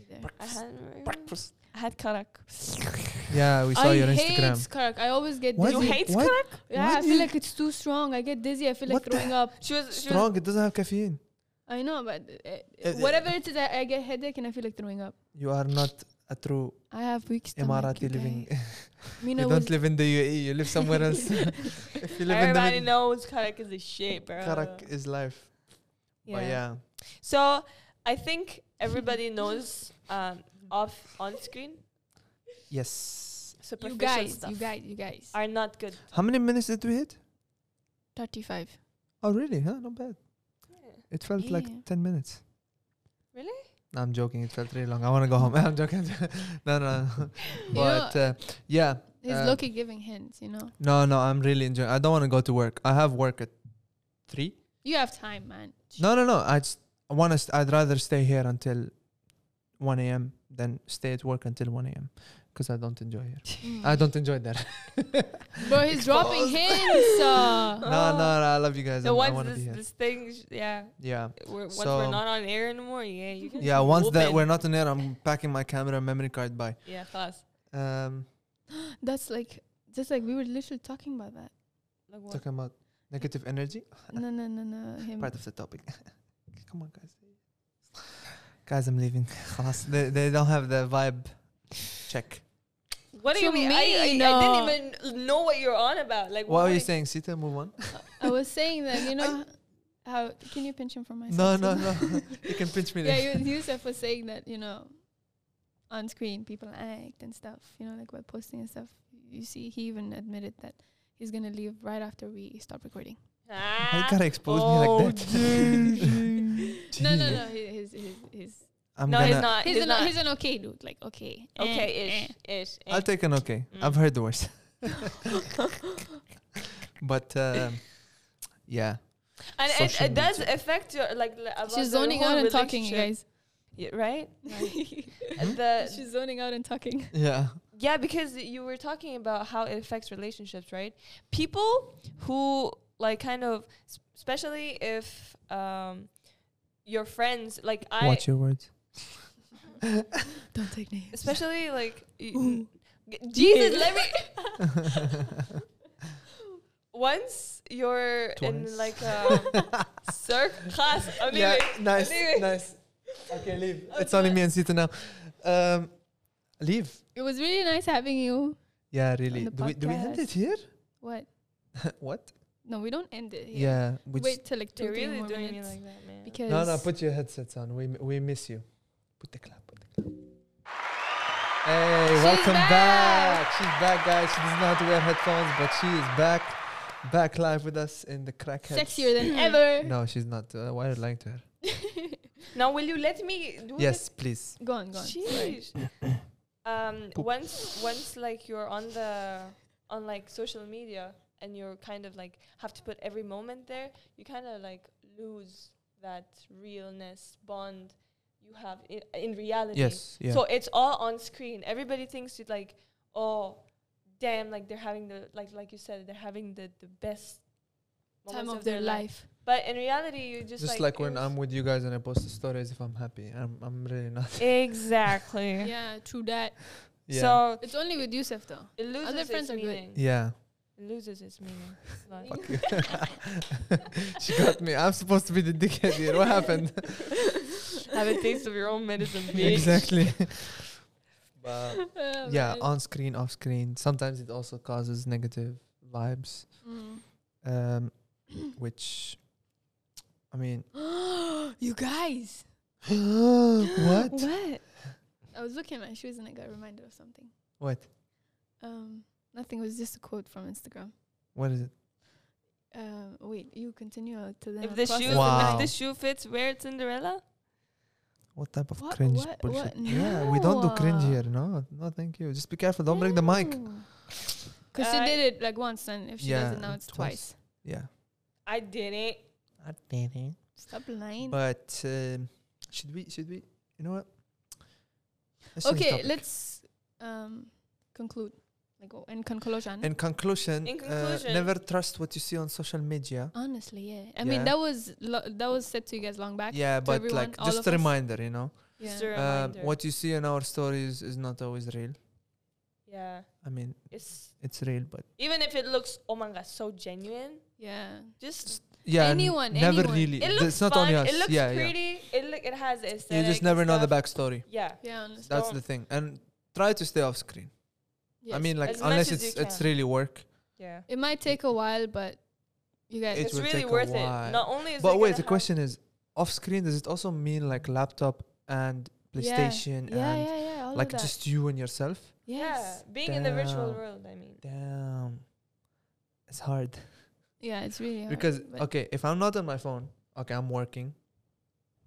S1: Either.
S2: I had breakfast. I had karak.
S3: Yeah, we saw
S1: I
S3: your
S1: hate
S3: Instagram.
S1: skarak. I always get
S3: What
S2: You
S1: dizzy.
S3: is it?
S2: hate
S3: What?
S2: karak?
S1: Yeah,
S3: What
S1: I
S3: is-
S1: feel like it's too strong. I get dizzy. I feel like
S3: What the
S1: throwing up.
S2: She was she was
S3: Strong. It doesn't have caffeine.
S1: I know, but uh,
S3: Uh,
S1: uh, whatever it is, I, I get headache and I feel like throwing up.
S3: You are not a true
S1: I have weak stomach.
S3: Emirati living.
S1: Mina
S3: you don't live in the UAE. You live somewhere else. if you live
S2: Everybody
S3: in the Mid-
S2: knows Karak is a shit, bro.
S3: Karak is life. But yeah,
S2: So I think everybody knows um, off on screen
S3: yes.
S1: You
S2: superficial
S1: guys,
S2: stuff
S1: you guys, you guys.
S2: are not good.
S3: How many minutes did we hit?
S1: Thirty-five.
S3: Oh, really? Huh? Not bad. It felt
S1: Yeah.
S3: like ten minutes.
S2: Really?
S3: No, I'm joking. It felt really long. I want to go home. I'm joking. no, no. no.
S1: You
S3: But
S1: know,
S3: uh, yeah,
S1: he's
S3: uh,
S1: Loki giving hints. You know,
S3: no, no. I'm really enjoying. I don't want to go to work. I have work at three.
S1: you have time, man.
S3: No, no, no. I just want to. St- I'd rather stay here until 1 a.m. than stay at work until 1 a.m. because I don't enjoy here.
S1: Mm.
S3: I don't enjoy that.
S1: Bro, he's dropping
S3: Exposed.
S1: hints. uh.
S3: no, no, no. I love you guys.
S2: So
S3: and I
S2: once
S3: want to
S2: this,
S3: be here.
S2: this thing, sh- yeah,
S3: Yeah,
S2: we're, once
S3: So-
S2: we're not on air anymore, yeah, you can
S3: yeah. Once that
S2: open.
S3: we're not in here, I'm packing my camera, memory card. Bye.
S2: yeah, class.
S3: Um,
S1: That's like just like we were literally talking about that.
S2: Like what?
S3: talking about negative energy,
S1: No, no, no, no. Him.
S3: part of the topic. Come on, guys. Guys, I'm leaving. خلاص. they they don't have the vibe check.
S2: What do
S1: To
S2: you mean? I, I,
S1: me,
S2: I
S1: no.
S2: didn't even know what you're on about. Like
S3: What are you
S2: was-
S3: saying, Sita? Move on.
S1: I was saying that you know how can you pinch him from my
S3: No, no, no. you can pinch me.
S1: yeah, you- Yusuf was saying that you know, on screen people act and stuff. You know, like by posting and stuff. You see, he even admitted that he's gonna leave right after we stop recording.
S2: Ah.
S3: I gotta expose me
S2: Oh,
S3: like that.
S1: No, no,
S3: Jeez.
S1: no. He, he's he's he's
S3: I'm
S2: no,
S3: gonna,
S2: he's not.
S1: he's,
S2: Uh, He's,
S1: an,
S2: not.
S1: he's an okay dude. Like okay, eh,
S2: okay,
S1: eh.
S2: ish, ish.
S3: I'll
S2: eh.
S3: take an okay. I've
S2: Mm.
S3: heard the worst. but um, yeah,
S2: And it,
S3: Social
S2: it does
S3: media.
S2: affect your like li- about
S1: She's
S2: the
S1: zoning
S2: whole
S1: out and talking, you guys.
S2: relationship. Yeah, right?
S3: Hmm?
S2: the
S1: She's zoning out and talking.
S3: yeah.
S2: yeah, because you were talking about how it affects relationships, right? People who like kind of, s- especially if um, your friends like I,
S3: Watch your words.
S1: Don't take names.
S2: especially like y- G- Jesus, let me. Once you're
S3: Twice.
S2: in like a circle class, I'm
S3: yeah,
S2: leaving.
S3: nice,
S2: leaving.
S3: nice. Okay, leave. It's only me and Sita now. Um, leave.
S1: It was really nice having you.
S3: Yeah, really.
S1: the
S3: Do we, do we end
S1: podcast.
S3: it here?
S1: What?
S3: what?
S1: No, we don't end it. Here.
S3: Yeah. we
S1: Wait till like two,
S2: They're
S1: three
S2: really
S1: more
S2: doing it
S1: minutes
S2: like that, man.
S1: because
S3: just- no, no. Put your headsets on. We m- we miss you. Put the clap. Put the clap. Hey,
S1: She's
S3: welcome
S1: back.
S3: back. She's back, guys. She does not wear headphones, but she is back, back live with us in the crackhead.
S1: sexier than ever.
S3: No, she's not. Uh, why are you lying to her?
S2: now, will you let me do this?
S3: Yes, please.
S1: Go on, go on. Sorry.
S2: Sheesh. um, once, once like you're on the on like social media and you're kind of like have to put every moment there, you kind of like lose that realness bond you have in, in reality.
S3: Yes. Yeah.
S2: So it's all on screen. Everybody thinks it like, oh, damn, like they're having the like like you said, they're having the the best
S1: Time
S2: moments
S1: of their life.
S2: But in reality, you just
S3: just like,
S2: like
S3: when
S2: you're-
S3: I'm with you guys and I post the stories, if I'm happy, I'm I'm really not.
S2: exactly.
S1: Yeah, true that.
S3: Yeah.
S2: So
S1: It's only with Yusuf though.
S2: it loses
S1: Other friends
S2: its
S1: are good.
S2: meaning.
S3: yeah.
S2: It loses its meaning. Like-
S3: Fuck you. she got me. I'm supposed to be the dickhead here. What happened?
S2: Have a taste of your own medicine, bitch.
S3: exactly. but
S1: Oh,
S3: yeah,
S1: man.
S3: on screen, off screen. Sometimes it also causes negative vibes,
S1: Mm.
S3: um, which, I mean,
S1: you guys.
S3: what?
S1: What? I was looking at my shoes and I got reminded of something.
S3: What?
S1: Um, nothing. It was just a quote from Instagram.
S3: What is it?
S1: Um, wait, you continue uh, to the
S2: If the shoe,
S3: Wow.
S2: if the shoe fits, wear it, Cinderella.
S3: What type of
S1: What-
S3: cringe
S1: what-
S3: bullshit?
S1: what?
S3: Yeah, we don't do cringe
S1: No.
S3: here. No, no, thank you. Just be careful. Don't break the mic.
S1: Because
S2: Uh,
S1: she did it like once, and if she
S3: yeah,
S1: does it now, it's twice.
S3: twice. Yeah.
S2: I didn't.
S1: Stop lying.
S3: But um, Should we? Should we? You know what? Let's change
S1: Okay,
S3: topic.
S1: let's um, conclude. Like oh, in conclusion.
S3: In conclusion,
S2: In
S3: uh,
S2: conclusion-
S3: never trust what you see on social media.
S1: Honestly, yeah. I mean,
S3: Yeah.
S1: that was lo- that was said to you guys long back.
S3: Yeah, but
S1: everyone,
S3: like
S1: all
S3: just
S1: of
S3: a
S1: us.
S3: reminder, you know,
S2: Just
S1: Yeah.
S2: a
S3: um,
S2: reminder.
S3: what you see in our stories is not always real.
S2: yeah,
S3: I mean,
S2: it's
S3: it's real, but
S2: even if it looks oh my god so genuine.
S1: yeah.
S2: Just
S3: yeah, n-
S1: Anyone,
S3: never
S1: anyone.
S3: really.
S2: it
S3: Th-
S2: looks
S3: it's not
S2: fun.
S3: only us.
S2: It looks
S3: yeah,
S2: pretty. It look it has aesthetic.
S3: yeah. You just
S2: and
S3: never know the
S2: stuff.
S3: backstory.
S2: Yeah.
S1: Yeah, honestly.
S3: That's
S2: Don't-
S3: the thing, and try to stay off screen. I
S1: Yes.
S3: mean, like
S2: As much
S3: unless
S2: as you
S3: it's it's
S2: can.
S3: really work.
S2: Yeah.
S1: it might take a while, but you guys.
S3: It
S2: It's
S3: will
S2: really
S3: take a
S2: worth it.
S3: while.
S2: Not only is it
S3: But
S2: gonna
S3: wait, the
S2: help-
S3: question is, off screen does it also mean like laptop and PlayStation
S1: yeah, yeah,
S3: and
S1: yeah, yeah, all
S3: like
S1: of that.
S3: just you and yourself?
S1: yes.
S2: Yeah, being in the virtual
S3: Damn.
S2: world. I mean,
S3: Damn, it's hard.
S1: Yeah, it's really hard,
S3: because
S1: but
S3: okay if i'm not on my phone okay i'm working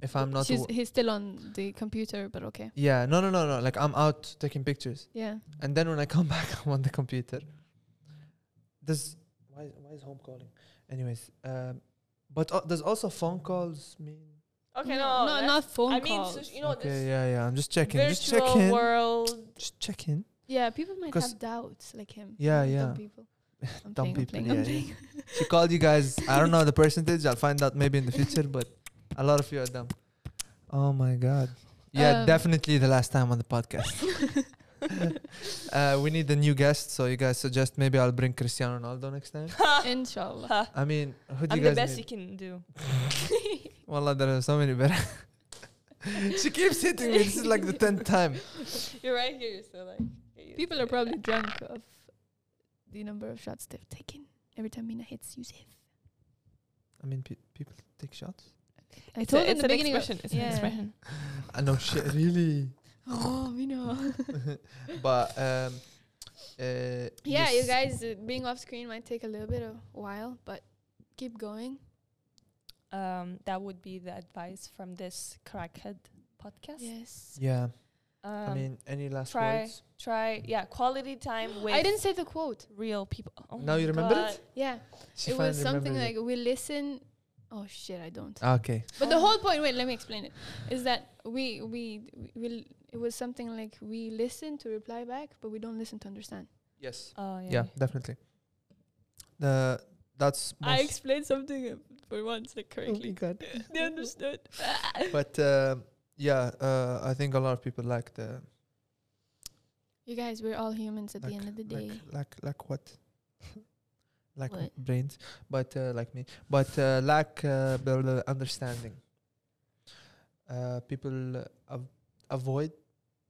S3: if i'm not
S1: she's,
S3: wo-
S1: he's still on the computer, but okay.
S3: yeah no no no no like i'm out taking pictures
S1: Yeah,
S3: and then when i come back i'm on the computer does why, why is home calling anyways um but uh, does also phone calls mean
S2: okay,
S1: No, no,
S2: no, that's-
S1: not phone
S2: I mean, so
S1: calls.
S2: you know,
S3: okay
S2: this
S3: yeah yeah i'm just checking just
S2: virtual
S3: checking
S2: world.
S3: just checking
S1: yeah. People might
S3: 'Cause-
S1: have doubts, like him.
S3: Yeah,
S1: Dumb
S3: yeah.
S1: people. I'm
S3: Dumb
S1: playing, I'm
S3: people,
S1: playing, I'm
S3: yeah,
S1: playing.
S3: she called you guys i don't know the percentage i'll find out maybe in the future but a lot of you are dumb oh my god yeah
S1: Um,
S3: definitely the last time on the podcast Uh, we need a new guest, so you guys suggest maybe I'll bring Cristiano Ronaldo next time.
S1: Inshallah.
S3: I mean, who do
S2: I'm
S3: you guys
S2: the best
S3: need?
S2: you can do.
S3: Wallah, there are so many better. she keeps hitting me. This is like the tenth time.
S2: You're right here, so like get used
S1: People
S2: to
S1: are
S2: it.
S1: probably drunk of the number of shots they've taken every time Mina hits Yusuf.
S3: I mean, pe- people take shots.
S1: I
S2: It's,
S1: told
S2: a,
S1: you in
S2: it's
S1: the
S2: an
S1: beginning. of-
S2: expression. It's an
S1: yeah.
S2: expression.
S3: I know shit, really.
S1: Oh, Mina.
S3: but um, uh,
S1: yeah, you
S3: yes.
S1: guys uh, being off screen might take a little bit of while, but keep going.
S2: Um, that would be the advice from this crackhead podcast.
S1: Yes.
S3: Yeah,
S2: Um,
S3: I mean, any last
S2: try-
S3: words?
S2: try yeah, quality time with
S1: I didn't say the quote.
S2: real people. Oh
S3: Now you
S2: my
S3: remember
S2: God.
S3: it?
S1: Yeah,
S3: She
S1: it was
S3: finally
S1: something
S3: remembers
S1: like we listen. Oh shit, I don't.
S3: it. okay.
S1: But the whole point, wait, let me explain it, is that we we will. It was something like we listen to reply back, but we don't listen to understand.
S3: Yes.
S2: Oh yeah.
S3: Yeah, definitely. The that's
S1: I
S3: most
S1: explained something uh, for once like correctly.
S3: Oh God.
S1: they understood.
S3: but um yeah, uh, I think a lot of people like the
S1: You guys, we're all humans at the end of the day.
S3: like like, like what, like
S1: What?
S3: brains, but uh, like me, but uh, lack uh, blah, blah, understanding. Uh, people uh, av- avoid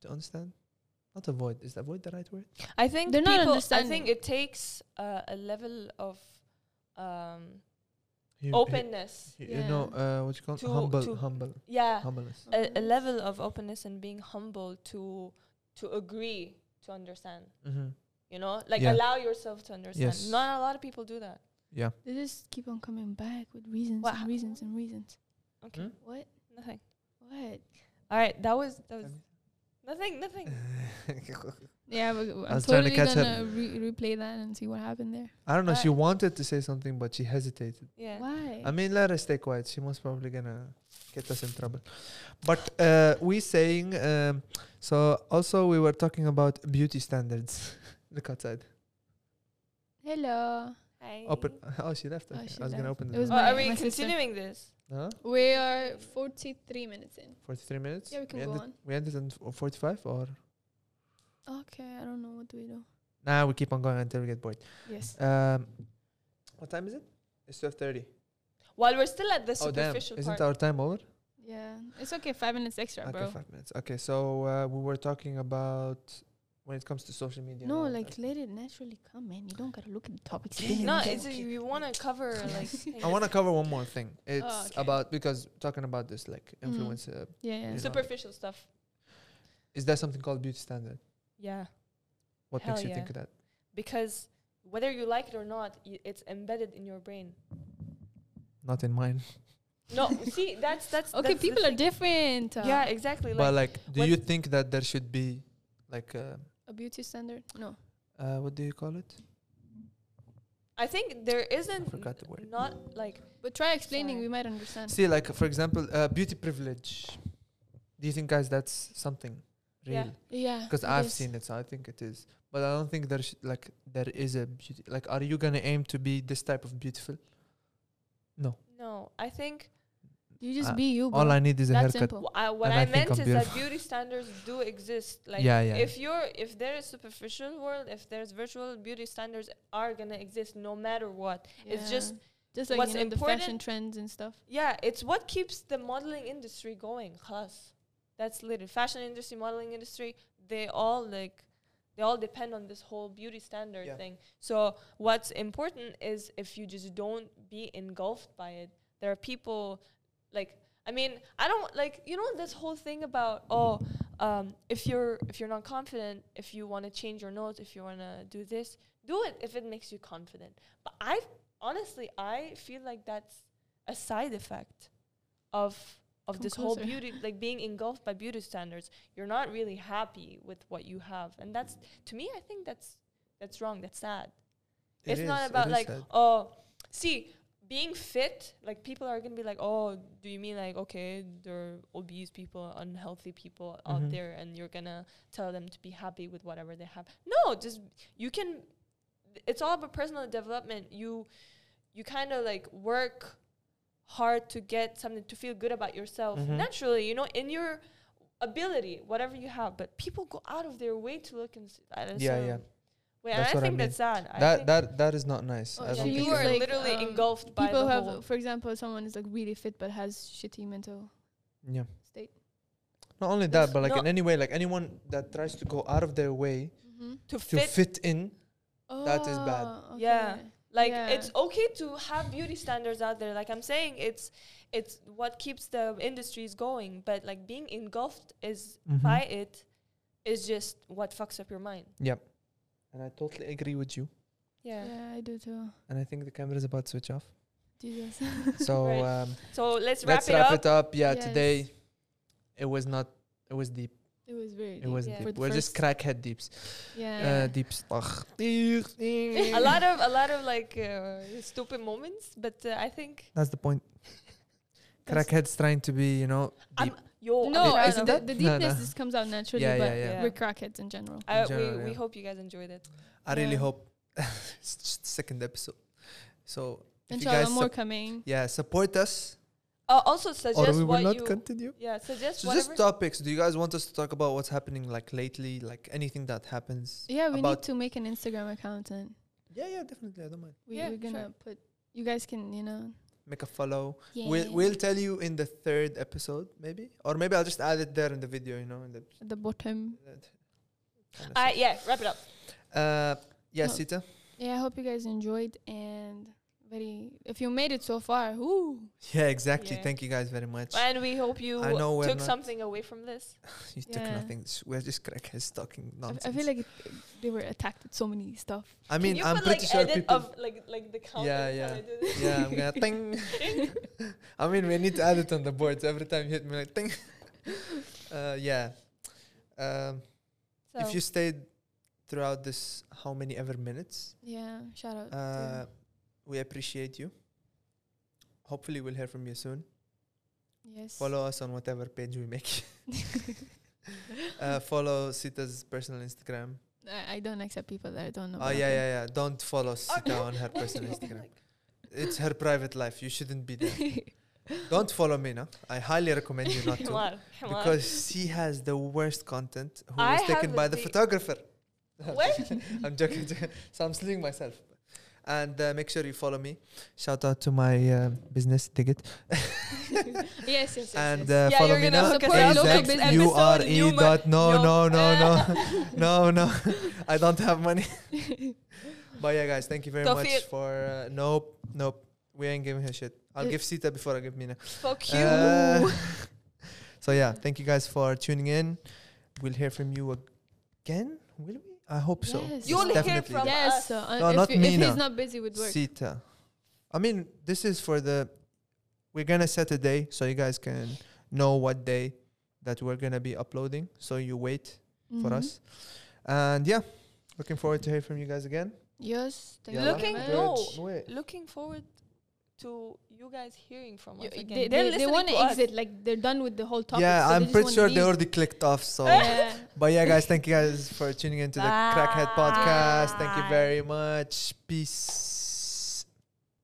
S3: to understand, not avoid. Is avoid the right word?
S2: I think
S1: They're not
S2: people- I
S1: understanding.
S2: think it takes uh, a level of um,
S3: Hum- hu-
S2: openness.
S3: You, know uh, what you call
S2: To-
S3: humble,
S2: to-
S3: humble,
S1: uh,
S2: Yeah,
S3: humbleness.
S2: a, a level of openness and being humble to to agree to understand.
S3: Mm-hmm.
S2: You know, like
S3: Yeah.
S2: allow yourself to understand.
S3: Yes.
S2: Not a lot of people do that.
S3: Yeah.
S1: They just keep on coming back with reasons
S2: What
S1: and
S2: hap-
S1: reasons and reasons.
S2: Okay.
S3: Hmm?
S1: What?
S2: Nothing.
S1: What?
S2: All right. That was that was nothing. Nothing.
S1: Yeah, but I'm
S3: I was trying to
S1: totally
S3: catch up.
S1: gonna re- replay that and see what happened there.
S3: I don't know. She
S2: But-
S3: wanted to say something, but she hesitated.
S2: Yeah.
S1: Why?
S3: I mean, let us stay quiet. She most probably gonna get us in trouble. But uh, we saying um, so. Also, we were talking about beauty standards. Look outside.
S1: Hello.
S2: Hi.
S3: Open. Oh, she left.
S1: Oh,
S3: Okay.
S1: she
S3: I was gonna
S1: left.
S3: open
S1: It
S3: the
S1: was
S2: Oh,
S3: door.
S1: my-
S2: are we
S1: my sister.
S2: continuing this?
S3: Huh?
S1: We are 43 minutes in.
S3: Forty-three minutes.
S1: Yeah, we can go
S3: ended,
S1: on.
S3: We ended on f- forty-five, or
S1: Okay, I don't know what do we do.
S3: nah, we keep on going until we get bored.
S1: Yes.
S3: Um, what time is it? It's twelve thirty.
S2: While we're still at the
S3: Oh damn!
S2: superficial
S3: Isn't
S2: part.
S3: our time over?
S1: Yeah, it's okay. Five minutes extra,
S3: Okay,
S1: bro.
S3: five minutes. Okay, so uh, we were talking about when it comes to social media. and
S1: No,
S3: all of
S1: like
S3: that.
S1: let it naturally come, man. You don't gotta look at the topics.
S3: Yeah.
S2: no,
S3: Okay,
S2: it's a, you want to cover like. things.
S3: I want to cover one more thing.
S2: Oh,
S3: It's
S1: okay.
S3: about because talking about this like
S1: Mm.
S3: influence. Uh,
S1: Yeah, yeah.
S3: It's a-
S2: superficial stuff.
S3: is there something called beauty standard?
S2: Yeah.
S3: What
S2: Hell
S3: makes you
S2: yeah.
S3: think of that?
S2: because whether you like it or not, y- it's embedded in your brain.
S3: Not in mine.
S2: No, see, that's that's
S1: Okay,
S2: that's the
S1: people are
S2: thing.
S1: different. Uh,
S2: Yeah, exactly.
S3: but
S2: Like,
S3: like, do
S2: what-
S3: you think that there should be like uh,
S1: A beauty standard? No.
S3: uh, what do you call it?
S2: I think there isn't.
S3: forgot the word.
S2: Not like
S1: But try explaining,
S2: Sorry.
S1: we might understand.
S3: See, like for example, uh, beauty privilege. Do you think, guys, that's something
S2: Yeah.
S3: real?
S1: Yeah.
S3: Because
S1: it
S3: I've
S1: is.
S3: seen it, so I think it is. But I don't think there's like there is a beauty. Like, are you gonna aim to be this type of beautiful? No.
S2: No, I think
S1: You just
S3: Uh,
S1: be you. Bro.
S3: All I need is a
S1: That's
S3: haircut.
S1: simple.
S2: Wh- I, what
S3: And I
S2: I,
S3: think
S2: meant
S3: I'm
S2: is that
S3: beautiful.
S2: beauty standards do exist. Like,
S3: Yeah, yeah.
S2: if you're if there is superficial world, if there's virtual, beauty standards are gonna exist no matter what. It's
S1: Yeah.
S2: just
S1: just like
S2: what's
S1: you know, the
S2: important-
S1: fashion trends and stuff.
S2: yeah, it's what keeps the modeling industry going. Plus, that's literally fashion industry, modeling industry. They all like they all depend on this whole beauty standard
S3: Yeah.
S2: thing. So what's important is if you just don't be engulfed by it. There are people like I mean I don't like you know this whole thing about oh um, if you're if you're not confident if you want to change your notes if you want to do this do it if it makes you confident. But I honestly I feel like that's a side effect of of
S1: Come
S2: this whole
S1: closer.
S2: beauty like being engulfed by beauty standards you're not really happy with what you have and that's to me i think that's that's wrong that's sad
S3: It
S2: it's not
S3: is, it
S2: about
S3: is
S2: like
S3: sad.
S2: oh see being fit like people are gonna be like oh do you mean like okay there are obese people unhealthy people out
S3: Mhm.
S2: there and you're gonna tell them to be happy with whatever they have no just you can it's all about personal development you you kind of like work hard to get something to feel good about yourself
S3: Mhm.
S2: naturally you know in your ability whatever you have but people go out of their way to look and s- at a
S3: Yeah,
S2: certain
S3: yeah.
S2: way and
S3: That's
S2: i
S3: what I
S2: think that's sad I
S3: that
S2: think
S3: that that is not nice.
S1: Oh,
S3: I
S1: yeah,
S3: don't
S1: you
S3: think
S1: it's
S2: you are
S3: so.
S1: like,
S2: literally
S1: um,
S2: engulfed by
S1: People
S2: the
S1: who have,
S2: whole
S1: for example, someone is like really fit but has shitty mental
S3: yeah.
S1: state.
S3: Not only
S2: There's
S3: that, but like
S2: no-
S3: in any way, like anyone that tries to go out of their way
S1: Mm-hmm.
S2: to
S3: to
S2: fit,
S3: fit, in, That is bad.
S1: Oh,
S2: Yeah. like
S1: yeah.
S2: it's okay to have beauty standards out there like i'm saying it's it's what keeps the industries going but like being engulfed is
S3: Mhm.
S2: by it is just what fucks up your mind
S3: and I totally agree with you.
S1: Yeah. I do too.
S3: And I think the camera is about to switch off.
S1: Jesus.
S3: So
S2: Right.
S3: um,
S2: so let's wrap
S3: let's
S2: it
S3: wrap
S2: up
S3: it up. Yeah,
S1: Yes.
S3: today it was not. It was deep.
S1: it was very.
S3: It was
S2: Yeah.
S3: deep.
S1: For the
S3: We're just
S1: first-
S3: crackhead deeps.
S1: Yeah.
S3: Uh, deep stuff. That's
S2: a lot of a lot of like uh, stupid moments but uh, i think
S3: the point.
S1: That's-
S3: Crackheads trying to be, you know,
S2: I'm,
S3: deep.
S2: yo I'm
S1: no,
S2: proud
S1: it's
S2: of
S1: the,
S2: it.
S1: the
S3: No,
S1: deepness
S3: no.
S1: just comes out naturally,
S3: Yeah,
S1: but
S3: yeah, yeah.
S2: Yeah.
S1: we're crackheads in general.
S2: I,
S3: in general,
S2: Uh, we, we
S3: yeah.
S2: hope you guys enjoyed it
S3: I really
S1: Yeah.
S3: hope it's just second episode. So if you
S1: Inshallah,
S3: guys
S1: more
S3: sup-
S1: coming.
S3: yeah support us,
S2: uh, also
S3: or
S2: suggest
S3: we will
S2: what
S3: not
S2: you
S3: continue.
S2: yeah suggest
S3: So
S2: whatever
S3: just topics. Do you guys want us to talk about what's happening like lately, like anything that happens?
S1: Yeah, we need
S3: about-
S1: to make an Instagram account and
S3: Yeah, yeah, definitely. I don't mind.
S1: we,
S2: Yeah,
S1: we're gonna put. You guys can, you know.
S3: Make a follow.
S1: Yeah.
S3: We'll we'll tell you in the third episode, maybe, or maybe I'll just add it there in the video. You know, in the.
S1: At the bottom.
S3: that kinda
S2: uh, yeah wrap it up
S3: stuff. Uh, yeah,
S1: No.
S3: Sita.
S1: Yeah, I hope you guys enjoyed and very. If you made it so far, whoo.
S3: Yeah, exactly.
S2: Yeah.
S3: Thank you guys very much.
S2: And we hope you
S3: I know we're
S2: took
S3: not-
S2: something away from this.
S3: You took
S1: Yeah.
S3: nothing. S- We're just crackheads talking
S1: I,
S3: nonsense.
S1: I feel like it, they were attacked with so many stuff.
S3: I mean,
S2: Can you
S3: I'm
S2: put
S3: pretty
S2: like
S3: sure
S2: edit
S3: people.
S2: of like like the count
S3: Yeah,
S2: every time
S3: yeah.
S2: I do this?
S3: yeah, I'm gonna ting. I mean, we need to add it on the boards every time you hit me like ting. uh, yeah. Um, If
S2: So,
S3: you stayed throughout this, how many ever minutes,
S1: Yeah, shout out.
S3: uh,
S1: to,
S3: we appreciate you. Hopefully, we'll hear from you soon.
S1: yes.
S3: Follow us on whatever page we make. uh, follow Sita's personal Instagram.
S1: I, I don't accept people that I don't know.
S3: Oh
S1: about
S3: yeah,
S1: them.
S3: yeah, yeah. Don't follow Sita on her personal
S2: Oh
S3: Instagram.
S2: my
S3: It's her private life. You shouldn't be there. Don't follow me now. I highly recommend you not
S2: Come
S3: to
S2: on, come on.
S3: because she has the worst content. Who
S2: I
S3: was taken
S2: have
S3: by the
S2: the-
S3: photographer?
S2: What?
S3: I'm joking. joking. So I'm slinging myself. And uh, make sure you follow me. Shout out to my uh, business ticket
S1: yes, yes, yes.
S3: and
S1: yes.
S3: uh,
S2: Yeah,
S3: follow
S2: you're
S3: me
S2: gonna
S3: now.
S1: hook us up. Local business.
S3: U R
S2: Episode,
S3: E
S2: new mo-
S3: dot no no
S2: no.
S3: no no no no. I don't have money. but yeah, guys, thank you very much
S2: Tawfiq.
S3: for. Uh, nope, nope. We ain't giving her shit. I'll
S1: Uh,
S3: give Sita before I give Mina.
S2: Fuck you.
S3: Uh, so yeah, thank you guys for tuning in. We'll hear from you again, will we? I hope so.
S1: Yes.
S2: You'll hear
S3: Definitely.
S2: from
S1: yes.
S2: us.
S1: So, uh,
S3: No,
S1: if,
S3: not
S1: you, if
S3: Mina.
S1: he's not busy with work,
S3: Sita. I mean, this is for the. We're gonna set a day so you guys can know what day that we're gonna be uploading. So you wait for
S2: Mm-hmm.
S1: Mhm.
S3: us, and yeah, looking forward to hear from you guys again.
S1: Yes. Thank
S3: Yeah.
S1: you very
S2: Looking-
S1: much.
S2: no.
S3: Wait.
S2: Looking forward to you guys hearing from
S1: You-
S2: us
S1: they
S2: again.
S1: they,
S2: They're
S1: they,
S2: listening
S1: want to
S2: us.
S1: exit, like they're done with the whole topic.
S3: yeah,
S1: so
S3: I'm
S1: just
S3: pretty
S1: wanna
S3: sure they
S1: leave.
S3: already clicked off. So,
S1: Yeah.
S3: but yeah, guys, thank you guys for tuning into the Crackhead Podcast. Thank you very much. Peace.